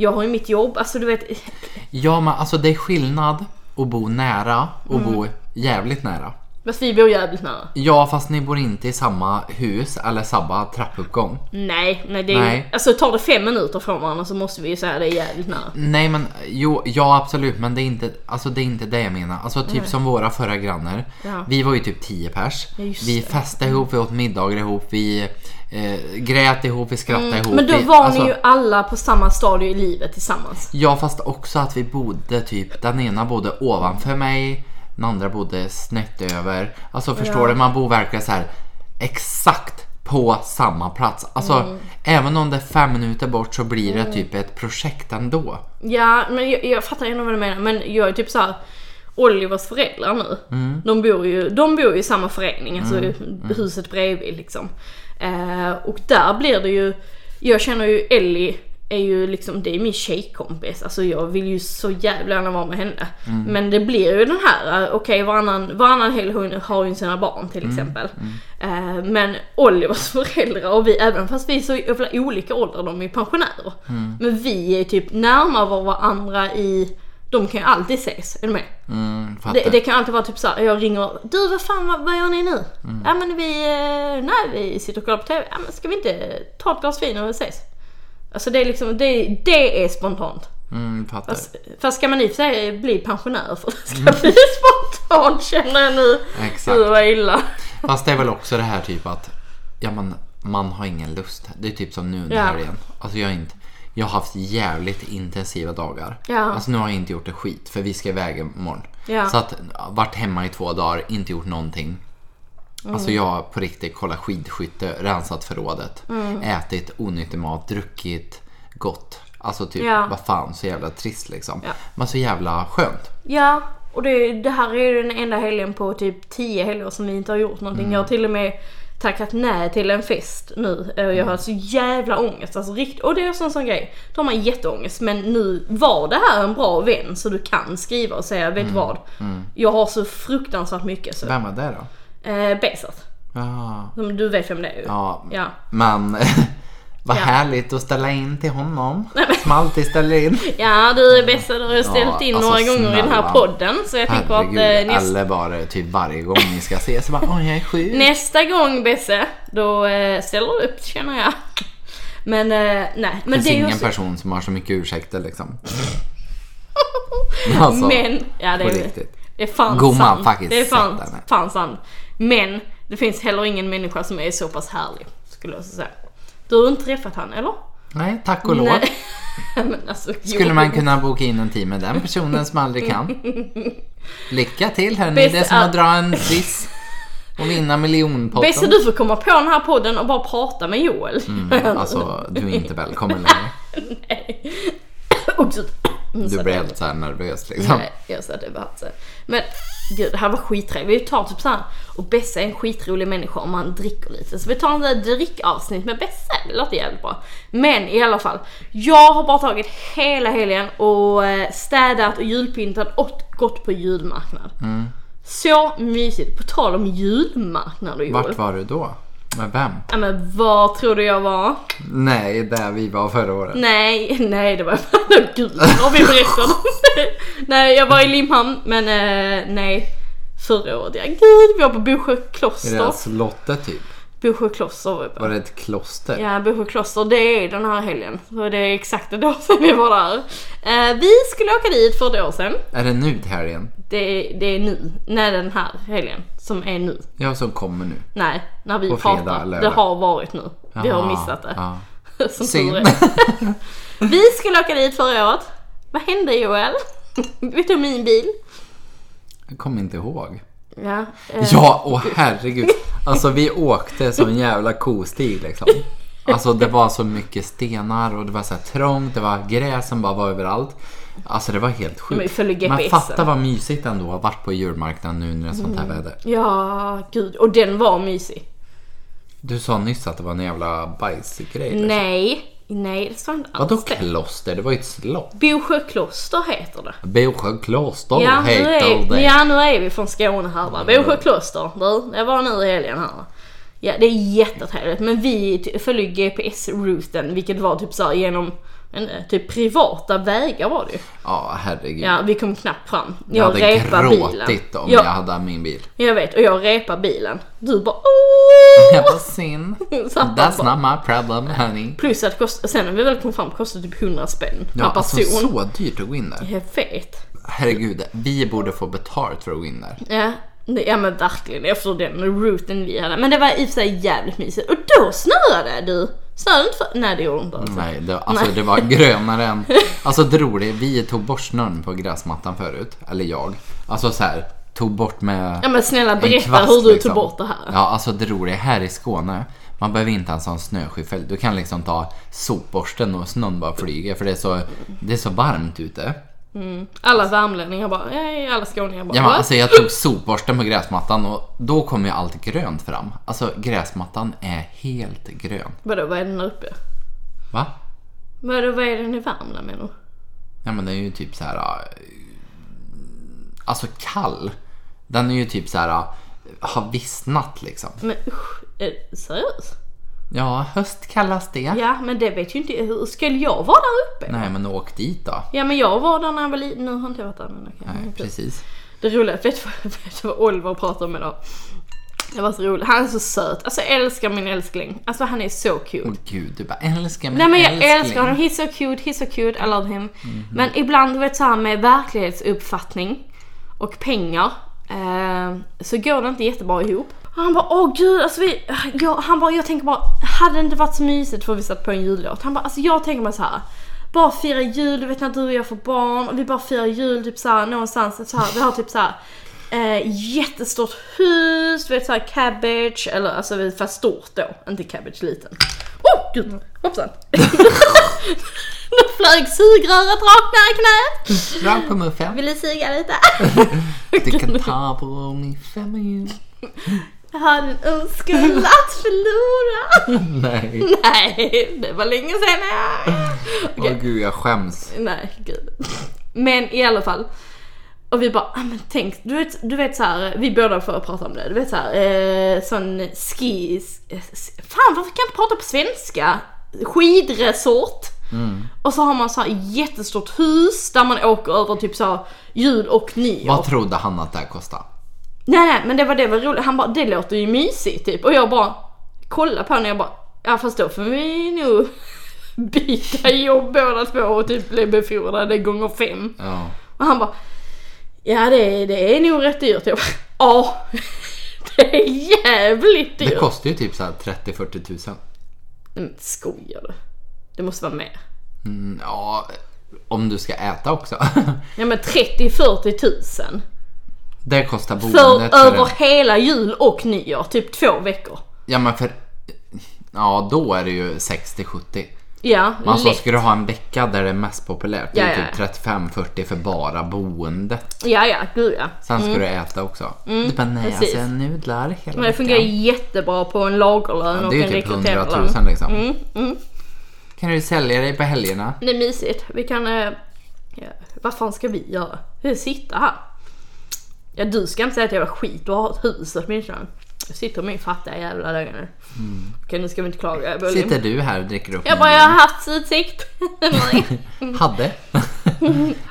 [SPEAKER 2] Jag har ju mitt jobb. Alltså du vet. [laughs]
[SPEAKER 1] Ja men alltså det är skillnad att bo nära och
[SPEAKER 2] Mm.
[SPEAKER 1] bo jävligt nära.
[SPEAKER 2] Fast vi bor jävligt nära.
[SPEAKER 1] Ja fast ni bor inte i samma hus eller samma trappuppgång.
[SPEAKER 2] Nej, nej det är
[SPEAKER 1] Nej.
[SPEAKER 2] Ju, Alltså tar det fem minuter från varandra så måste vi ju säga det är jävligt nära.
[SPEAKER 1] Nej men jo, ja absolut men det är inte, alltså, det, är inte det jag menar. Alltså typ som våra förra grannar.
[SPEAKER 2] Ja.
[SPEAKER 1] Vi var ju typ 10 pers.
[SPEAKER 2] Ja, just Mm.
[SPEAKER 1] vi festade ihop, vi åt middagar ihop, vi eh, grät ihop, vi skrattade ihop.
[SPEAKER 2] Mm. Men då
[SPEAKER 1] vi,
[SPEAKER 2] var
[SPEAKER 1] alltså-
[SPEAKER 2] ni ju alla på samma stadie i livet tillsammans.
[SPEAKER 1] Ja fast också att vi bodde typ, den ena bodde ovanför mig, den andra bodde snett över. Alltså förstår
[SPEAKER 2] Ja.
[SPEAKER 1] du, man bor verkligen så här exakt på samma plats. Alltså
[SPEAKER 2] Mm.
[SPEAKER 1] även om det är fem minuter bort så blir det typ ett projekt ändå.
[SPEAKER 2] Ja, men jag, jag fattar ändå vad du menar. Men jag är typ så här. Olivers föräldrar nu, de, bor ju, de bor ju i samma förening, alltså huset bredvid liksom. Eh, och där blir det ju, jag känner ju Ellie är ju liksom, det är min tjejkompis. Alltså jag vill ju så jävla gärna vara med henne. Men det blir ju den här, eh, okej varannan, varannan helg hon har ju sina barn till exempel. Eh, men Olivers [laughs] föräldrar och vi, även fast vi är så jävla olika åldrar, de är ju pensionärer. Men vi är typ närmare varandra i de kan ju alltid ses, är du med?
[SPEAKER 1] Mm, fattar.
[SPEAKER 2] Det, det kan alltid vara typ såhär, jag ringer Du vad fan vad, vad gör ni nu? Ja men vi, eh, nej vi sitter och kollar på TV. Ja men ska vi inte ta ett glas vin och ses? Alltså det är liksom, det, det är spontant.
[SPEAKER 1] Mm, fattar.
[SPEAKER 2] Fast, fast ska man i och för sig bli pensionär för det ska bli spontant känner jag nu.
[SPEAKER 1] Mm. Exakt.
[SPEAKER 2] Gud vad illa.
[SPEAKER 1] Fast det är väl också det här typ att ja, men, man har ingen lust. Det är typ som nu under
[SPEAKER 2] Ja.
[SPEAKER 1] helgen. Alltså jag, har inte, jag har haft jävligt intensiva dagar.
[SPEAKER 2] Ja.
[SPEAKER 1] Alltså nu har jag inte gjort ett skit för vi ska iväg imorgon.
[SPEAKER 2] Ja.
[SPEAKER 1] Så att varit hemma i två dagar, inte gjort någonting.
[SPEAKER 2] Mm.
[SPEAKER 1] Alltså jag har på riktigt kollat skidskytte, rensat förrådet,
[SPEAKER 2] Mm.
[SPEAKER 1] ätit onyttig mat, druckit gott. Alltså typ,
[SPEAKER 2] Ja.
[SPEAKER 1] vad fan, så jävla trist liksom.
[SPEAKER 2] Ja.
[SPEAKER 1] Men så jävla skönt.
[SPEAKER 2] Ja, och det, det här är ju den enda helgen på typ 10 helger som vi inte har gjort någonting.
[SPEAKER 1] Mm.
[SPEAKER 2] Jag har till och med tackat nej till en fest nu. Eh,
[SPEAKER 1] Mm.
[SPEAKER 2] Jag har så jävla ångest. Alltså, rikt- och det är också en sån grej. Då har man jätteångest. Men nu var det här en bra vän så du kan skriva och säga,
[SPEAKER 1] Mm.
[SPEAKER 2] vet du vad? Jag har så fruktansvärt mycket. Så.
[SPEAKER 1] Vem var det då?
[SPEAKER 2] Eh, Besat.
[SPEAKER 1] Ja.
[SPEAKER 2] Som Du vet vem det är ju.
[SPEAKER 1] Ja,
[SPEAKER 2] Ja.
[SPEAKER 1] men [laughs] vad
[SPEAKER 2] Ja.
[SPEAKER 1] härligt att ställa in till honom. Som alltid ställer
[SPEAKER 2] [laughs]
[SPEAKER 1] in.
[SPEAKER 2] Ja, du är Besat och har ställt in
[SPEAKER 1] Mm. alltså,
[SPEAKER 2] några gånger i den här
[SPEAKER 1] snälla.
[SPEAKER 2] podden. Så jag tänker att eh,
[SPEAKER 1] Herregud,
[SPEAKER 2] nästa
[SPEAKER 1] eller bara typ varje gång ni ska ses så bara åh jag är sjuk.
[SPEAKER 2] Nästa gång Besse, då eh, ställer du upp känner jag. Men eh, nej, men
[SPEAKER 1] det
[SPEAKER 2] det
[SPEAKER 1] finns
[SPEAKER 2] är ju
[SPEAKER 1] ingen
[SPEAKER 2] också...
[SPEAKER 1] person som har så mycket ursäkter liksom.
[SPEAKER 2] [laughs]
[SPEAKER 1] Alltså,
[SPEAKER 2] men, ja det
[SPEAKER 1] på
[SPEAKER 2] är,
[SPEAKER 1] riktigt.
[SPEAKER 2] det är fan
[SPEAKER 1] God man
[SPEAKER 2] sant.
[SPEAKER 1] faktiskt
[SPEAKER 2] det är fan,
[SPEAKER 1] sett henne.
[SPEAKER 2] fan sant. Men det finns heller ingen människa som är så pass härlig, skulle jag säga. Du har inte träffat han eller?
[SPEAKER 1] Nej, tack och lov.
[SPEAKER 2] Nej. [laughs] men alltså,
[SPEAKER 1] Skulle
[SPEAKER 2] jo.
[SPEAKER 1] man kunna boka in en tid med den
[SPEAKER 2] [laughs]
[SPEAKER 1] personen som aldrig kan? Lycka till hörni, det är
[SPEAKER 2] Bäst
[SPEAKER 1] som att
[SPEAKER 2] att-
[SPEAKER 1] dra en quiz. Och vinna miljonpotten.
[SPEAKER 2] Bäst att du får komma på den här podden och bara prata med Joel.
[SPEAKER 1] Mm, alltså, du är inte välkommen längre.
[SPEAKER 2] [laughs] Också,
[SPEAKER 1] Du blir helt såhär nervös liksom.
[SPEAKER 2] Nej, jag sa det bara så. Men gud, det här var skittrevligt. Vi tar typ såhär, och Besse är en skitrolig människa om man dricker lite. Så vi tar en där drickavsnitt med Besse, det låter jävligt bra. Men i alla fall, jag har bara tagit hela helgen och eh, städat och julpyntat och gått på julmarknad.
[SPEAKER 1] Mm.
[SPEAKER 2] Så mysigt! På tal om julmarknad och Joel.
[SPEAKER 1] Vart var du då? Med vem?
[SPEAKER 2] Ja, men vad tror du jag var?
[SPEAKER 1] Nej, där vi var förra året.
[SPEAKER 2] Mm. Nej, [laughs] nej det var fan [laughs] gud har vi berättat [laughs] om det? Nej jag var i Limhamn men eh, nej. Förra året ja, gud vi var på Bosjö
[SPEAKER 1] I
[SPEAKER 2] kloster.
[SPEAKER 1] det här slottet typ.
[SPEAKER 2] Bosjö kloster var vi på.
[SPEAKER 1] Var det ett kloster?
[SPEAKER 2] Ja Bosjö kloster det är den här helgen. Så det är exakt [laughs] ett år sedan vi var där. Eh, vi skulle åka dit för ett år sedan.
[SPEAKER 1] Är det nu det här igen?
[SPEAKER 2] Det, det är nu, när den här helgen som är nu.
[SPEAKER 1] Jag som kommer nu.
[SPEAKER 2] Nej, när vi
[SPEAKER 1] På fredag,
[SPEAKER 2] pratar. Det
[SPEAKER 1] lördag.
[SPEAKER 2] har varit nu. Vi har
[SPEAKER 1] Jaha,
[SPEAKER 2] missat det.
[SPEAKER 1] Ja.
[SPEAKER 2] [laughs] Som
[SPEAKER 1] Synd.
[SPEAKER 2] tur är. Vi skulle åka dit förra året. Vad hände Joel? Vi tog min bil.
[SPEAKER 1] [laughs] Jag kommer inte ihåg.
[SPEAKER 2] Ja, eh,
[SPEAKER 1] Ja, åh herregud. Alltså vi åkte som en jävla kostig liksom. Alltså det var så mycket stenar och det var så här trångt, det var gräs som bara var överallt. Alltså det var helt
[SPEAKER 2] Men vi
[SPEAKER 1] sjukt.
[SPEAKER 2] följde
[SPEAKER 1] Men
[SPEAKER 2] GPSen.
[SPEAKER 1] fatta vad mysigt ändå att ha varit på julmarknaden nu när det är sånt här
[SPEAKER 2] Mm.
[SPEAKER 1] väder.
[SPEAKER 2] ja, gud. Och den var mysig.
[SPEAKER 1] Du sa nyss att det var en jävla bajsgrej. Liksom.
[SPEAKER 2] Nej, nej det sa jag inte alls.
[SPEAKER 1] Vadå
[SPEAKER 2] det.
[SPEAKER 1] kloster? Det var ju ett slott.
[SPEAKER 2] Bosjö kloster heter det.
[SPEAKER 1] Bosjö kloster
[SPEAKER 2] Ja nu,
[SPEAKER 1] heter
[SPEAKER 2] är,
[SPEAKER 1] det. Mm.
[SPEAKER 2] ja, nu är vi från Skåne här va. Bosjö kloster. Du, det var nu i helgen här va. Ja, det är jättetrevligt. Men vi ty- följde GPS-routen, vilket var typ så här genom jag vet inte, typ privata vägar var det ju.
[SPEAKER 1] Ja, herregud.
[SPEAKER 2] Ja, vi kom knappt fram.
[SPEAKER 1] jag
[SPEAKER 2] Jag,
[SPEAKER 1] hade
[SPEAKER 2] repade bilen.
[SPEAKER 1] gråtit om
[SPEAKER 2] jag,
[SPEAKER 1] jag hade min bil.
[SPEAKER 2] jag vet, och jag repade bilen. Du bara
[SPEAKER 1] [laughs]
[SPEAKER 2] åh!
[SPEAKER 1] Jag var
[SPEAKER 2] [laughs]
[SPEAKER 1] sin.
[SPEAKER 2] Så att man
[SPEAKER 1] That's
[SPEAKER 2] bara-
[SPEAKER 1] not my problem honey.
[SPEAKER 2] Plus att kost, sen när vi väl kom fram kostade det typ 100 spänn per
[SPEAKER 1] Ja, alltså
[SPEAKER 2] person.
[SPEAKER 1] så dyrt att gå in där.
[SPEAKER 2] Jag vet.
[SPEAKER 1] Herregud, vi borde få betalt för att gå in där.
[SPEAKER 2] Ja, det, ja men verkligen efter den routen vi hade. Men det var i och för sig jävligt mysigt. Och då snöade du! Snöade inte för... Nej det gjorde inte alls.
[SPEAKER 1] Nej, det, alltså det var grönare
[SPEAKER 2] [laughs]
[SPEAKER 1] än... Alltså det roliga, vi tog bort snön på gräsmattan förut. Eller jag. Alltså så här, tog bort med...
[SPEAKER 2] Ja men snälla
[SPEAKER 1] en
[SPEAKER 2] berätta
[SPEAKER 1] kvast,
[SPEAKER 2] hur du
[SPEAKER 1] liksom.
[SPEAKER 2] tog bort det här.
[SPEAKER 1] Ja, alltså det roliga här i Skåne, man behöver inte ens ha en snöskyffel. Du kan liksom ta sopborsten och snön bara flyger för det är så, det är så varmt ute.
[SPEAKER 2] Alla värmlänningar bara, nej alla skåningar bara,
[SPEAKER 1] Ja, men,
[SPEAKER 2] "Va?"
[SPEAKER 1] alltså jag tog sopborsten på gräsmattan och då kom ju allt grönt fram. Alltså gräsmattan är helt grön.
[SPEAKER 2] Vadå vad är den där uppe?
[SPEAKER 1] Va?
[SPEAKER 2] Vadå vad är den i Värmland menar du?
[SPEAKER 1] Ja men den är ju typ så här. äh, Alltså kall. Den är ju typ så här äh, har vissnat liksom.
[SPEAKER 2] Men usch, är du seriös?
[SPEAKER 1] Ja, höst kallas det.
[SPEAKER 2] Ja men det vet ju inte hur, skulle jag vara där uppe?
[SPEAKER 1] Nej men åk dit då.
[SPEAKER 2] Ja men jag var där när jag var liten, nu har inte jag varit där men okej. Mm,
[SPEAKER 1] Nej, precis.
[SPEAKER 2] Det roliga, vet du vad- [laughs] vet du vad Oliver pratade om idag? Det var så roligt, han är så söt, alltså jag älskar min älskling, alltså han är så cute.
[SPEAKER 1] Åh gud, du bara älskar min
[SPEAKER 2] Nej men jag
[SPEAKER 1] älskling. Mm-hmm.
[SPEAKER 2] älskar honom, he's so cute, he's so cute, I love him. Men ibland, du vet såhär med verklighetsuppfattning och pengar, eh, så går det inte jättebra ihop. Och han bara åh gud, alltså vi, jag, han bara jag tänker bara, hade det inte varit så mysigt för vi satt på en jullåt? Han bara alltså jag tänker mig så här. Bara fira jul, du vet när du och jag får barn och vi bara firar jul typ såhär någonstans, så här, vi har typ såhär Eh, jättestort hus, du vet såhär cabbage, eller alltså vi- fast stort då, inte cabbage liten. Oh gud, hoppsan! Då flög sugröret rakt ner i knät.
[SPEAKER 1] Dra på muffen.
[SPEAKER 2] [laughs] Vill du suga lite?
[SPEAKER 1] Du kan ta på min femmin.
[SPEAKER 2] Jag har en oskuld att förlora.
[SPEAKER 1] [laughs] Nej,
[SPEAKER 2] Nej, det var länge sedan.
[SPEAKER 1] åh gud jag skäms.
[SPEAKER 2] Nej, gud. Men i alla fall. Och vi bara, ah, men tänk, du vet, du vet så här, vi båda får prata om det, du vet så här, eh, sån ski, eh, s- fan varför kan jag inte prata på svenska? Skidresort. Och så har man så här jättestort hus där man åker över typ så här, jul och nyår.
[SPEAKER 1] Vad trodde han att det här kostade?
[SPEAKER 2] Nej, nej, men det var det var roligt. Han bara, det låter ju mysigt typ. Och jag bara kolla på honom och jag bara, ja fast då får vi nog [laughs] byta jobb båda två och typ bli befordrade gånger fem.
[SPEAKER 1] Ja.
[SPEAKER 2] Och han bara, ja det, det är nog rätt dyrt. Jag bara, ja. [laughs] Det är jävligt
[SPEAKER 1] Det
[SPEAKER 2] dyrt.
[SPEAKER 1] kostar ju typ så här 30-40 tusen.
[SPEAKER 2] Nej, men skojar du? Det måste vara mer.
[SPEAKER 1] Mm, ja, om du ska äta också. [laughs]
[SPEAKER 2] Ja men 30-40 tusen.
[SPEAKER 1] Mm, Det kostar boendet
[SPEAKER 2] För
[SPEAKER 1] för
[SPEAKER 2] över
[SPEAKER 1] en-
[SPEAKER 2] hela jul och nyår, typ två veckor.
[SPEAKER 1] Ja men för... Ja då är det ju 60-70.
[SPEAKER 2] Ja,
[SPEAKER 1] Men alltså
[SPEAKER 2] lätt.
[SPEAKER 1] ska du ha en vecka där det är mest populärt, det är
[SPEAKER 2] Ja, ja,
[SPEAKER 1] typ 35-40 för bara boendet.
[SPEAKER 2] Ja, ja, gud ja.
[SPEAKER 1] Sen ska du äta också. Du bara, nej
[SPEAKER 2] Mm. precis.
[SPEAKER 1] alltså nudlar hela
[SPEAKER 2] Men det fungerar jättebra på en lagerlön och
[SPEAKER 1] Det är ju
[SPEAKER 2] en
[SPEAKER 1] typ
[SPEAKER 2] rekryterarlön.
[SPEAKER 1] 100 000 liksom.
[SPEAKER 2] Mm,
[SPEAKER 1] Kan du sälja dig på helgerna?
[SPEAKER 2] Det är mysigt. Vi kan... Eh, ja, vad fan ska vi göra? Vi sitter här. Ja, du ska inte säga att jag var skit och har ett hus åtminstone. Jag sitter i min fattiga jävla lägenhet. Okej, nu ska vi inte klaga. Jag, bara,
[SPEAKER 1] Mm. Sitter du här och dricker upp
[SPEAKER 2] jag bara, jag har haft utsikt.
[SPEAKER 1] min- Hade. [laughs]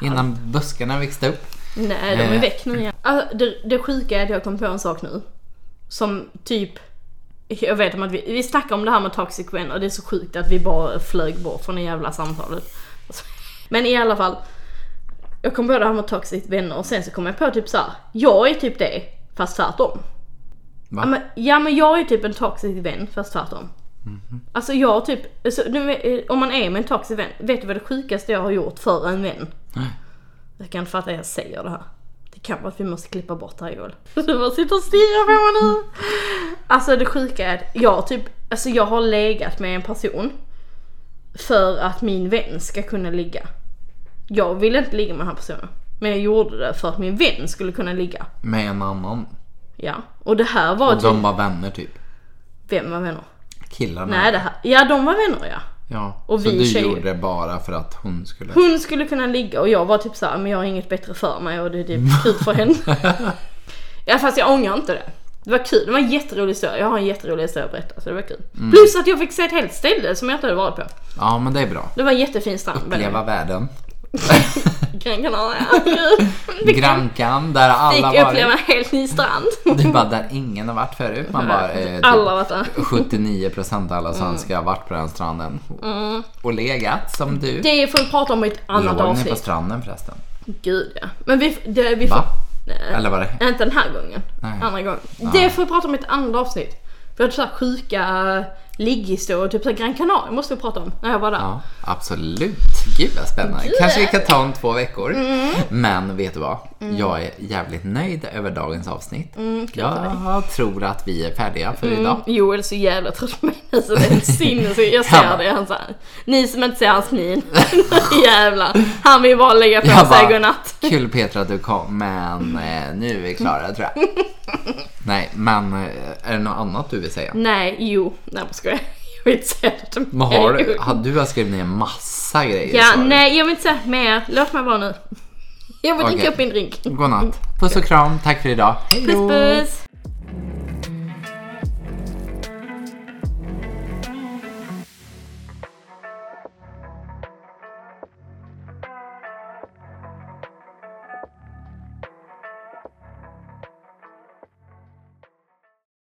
[SPEAKER 1] Innan buskarna växte upp.
[SPEAKER 2] Nej, de är
[SPEAKER 1] Eh.
[SPEAKER 2] väck nu igen. Alltså, det, det sjuka är att jag kom på en sak nu. Som typ... Jag vet om att vi, vi snackade om det här med toxic vän och det är så sjukt att vi bara flög bort från det jävla samtalet. [laughs] Alltså, Men i alla fall. Jag kom på det här med toxic vänner och sen så kom jag på typ så här. Jag är typ det, fast tvärtom.
[SPEAKER 1] Va?
[SPEAKER 2] Ja men, ja men jag är typ en toxic vän, fast tvärtom. Alltså jag typ, så, nu vet- om man är med en toxic vän, vet du vad det sjukaste jag har gjort för en vän?
[SPEAKER 1] Nej.
[SPEAKER 2] Jag kan inte fatta att jag säger det här. Det kan vara att vi måste klippa bort det här Joel. [laughs] Du bara sitter och stirrar på mig nu. Alltså det sjuka är att jag typ, alltså jag har legat med en person för att min vän ska kunna ligga. Jag ville inte ligga med den här personen. Men jag gjorde det för att min vän skulle kunna ligga.
[SPEAKER 1] Med en annan.
[SPEAKER 2] Ja. Och det här var
[SPEAKER 1] Och
[SPEAKER 2] typ,
[SPEAKER 1] de var vänner typ.
[SPEAKER 2] vem var vänner?
[SPEAKER 1] Killarna.
[SPEAKER 2] Nej det här, ja de var vänner ja.
[SPEAKER 1] Ja.
[SPEAKER 2] och
[SPEAKER 1] så
[SPEAKER 2] vi
[SPEAKER 1] du
[SPEAKER 2] tjejer.
[SPEAKER 1] gjorde det bara för att hon skulle...
[SPEAKER 2] Hon skulle kunna ligga och jag var typ såhär, men jag har inget bättre för mig och det är typ kul för henne.
[SPEAKER 1] [laughs]
[SPEAKER 2] ja fast jag ångrar inte det. Det var kul, det var en jätterolig historia. Jag har en jätterolig historia att berätta så det var kul.
[SPEAKER 1] Mm.
[SPEAKER 2] Plus att jag fick se ett helt ställe som jag inte hade varit på.
[SPEAKER 1] Ja men det är bra.
[SPEAKER 2] Det var en jättefin strand.
[SPEAKER 1] Leva världen. [laughs]
[SPEAKER 2] Gran Canaria. Gud. Fick-
[SPEAKER 1] Grankan där
[SPEAKER 2] Fick
[SPEAKER 1] alla varit.
[SPEAKER 2] uppleva en helt ny strand.
[SPEAKER 1] Du bara där ingen har varit förut. Man bara, eh, typ
[SPEAKER 2] Alla Mm. var där.
[SPEAKER 1] 79% av alla svenskar har varit på den stranden. Och legat som du.
[SPEAKER 2] Mm. Det får vi prata om i ett annat
[SPEAKER 1] Låg ni på
[SPEAKER 2] avsnitt.
[SPEAKER 1] stranden förresten?
[SPEAKER 2] Gud ja. Men vi, det, vi får...
[SPEAKER 1] Va?
[SPEAKER 2] Eh.
[SPEAKER 1] Eller var det?
[SPEAKER 2] Inte den här gången.
[SPEAKER 1] Nej.
[SPEAKER 2] Andra gången. Det får vi prata om i ett annat avsnitt. Vi har typ såhär sjuka ligghistorier, typ såhär Gran Canaria måste vi prata om när jag var där.
[SPEAKER 1] Ja, absolut. Gud vad spännande.
[SPEAKER 2] Gud. Mm.
[SPEAKER 1] Kanske vi kan ta om två veckor. Men vet du vad? Jag är jävligt nöjd över dagens avsnitt.
[SPEAKER 2] Mm,
[SPEAKER 1] jag tror att vi är färdiga för idag.
[SPEAKER 2] Joel är så jävla trött på mig [laughs] nu så det är helt sinnessjukt. Jag ser det, han såhär. Ni som inte ser
[SPEAKER 1] [laughs]
[SPEAKER 2] hans min. [laughs] Jävlar. Han vill bara lägga på
[SPEAKER 1] Jag
[SPEAKER 2] sig
[SPEAKER 1] bara,
[SPEAKER 2] godnatt.
[SPEAKER 1] Kul Petra att du kom,
[SPEAKER 2] [laughs]
[SPEAKER 1] men eh, nu är vi klara tror jag. Nej, men eh, är det något annat du vill säga?
[SPEAKER 2] Nej, jo. Nej jag skojar. Jag vill inte säga det till
[SPEAKER 1] Vad har
[SPEAKER 2] mig.
[SPEAKER 1] du? har- Du har skrivit ner massa grejer.
[SPEAKER 2] Eh, Ja,
[SPEAKER 1] sa du.
[SPEAKER 2] nej jag vill inte säga mer. Låt mig vara nu. Jag vill dricka
[SPEAKER 1] Okej.
[SPEAKER 2] upp min drink.
[SPEAKER 1] Godnatt. Puss och kram. Tack för idag. Hej
[SPEAKER 2] Mm. Puss
[SPEAKER 1] då.
[SPEAKER 2] puss.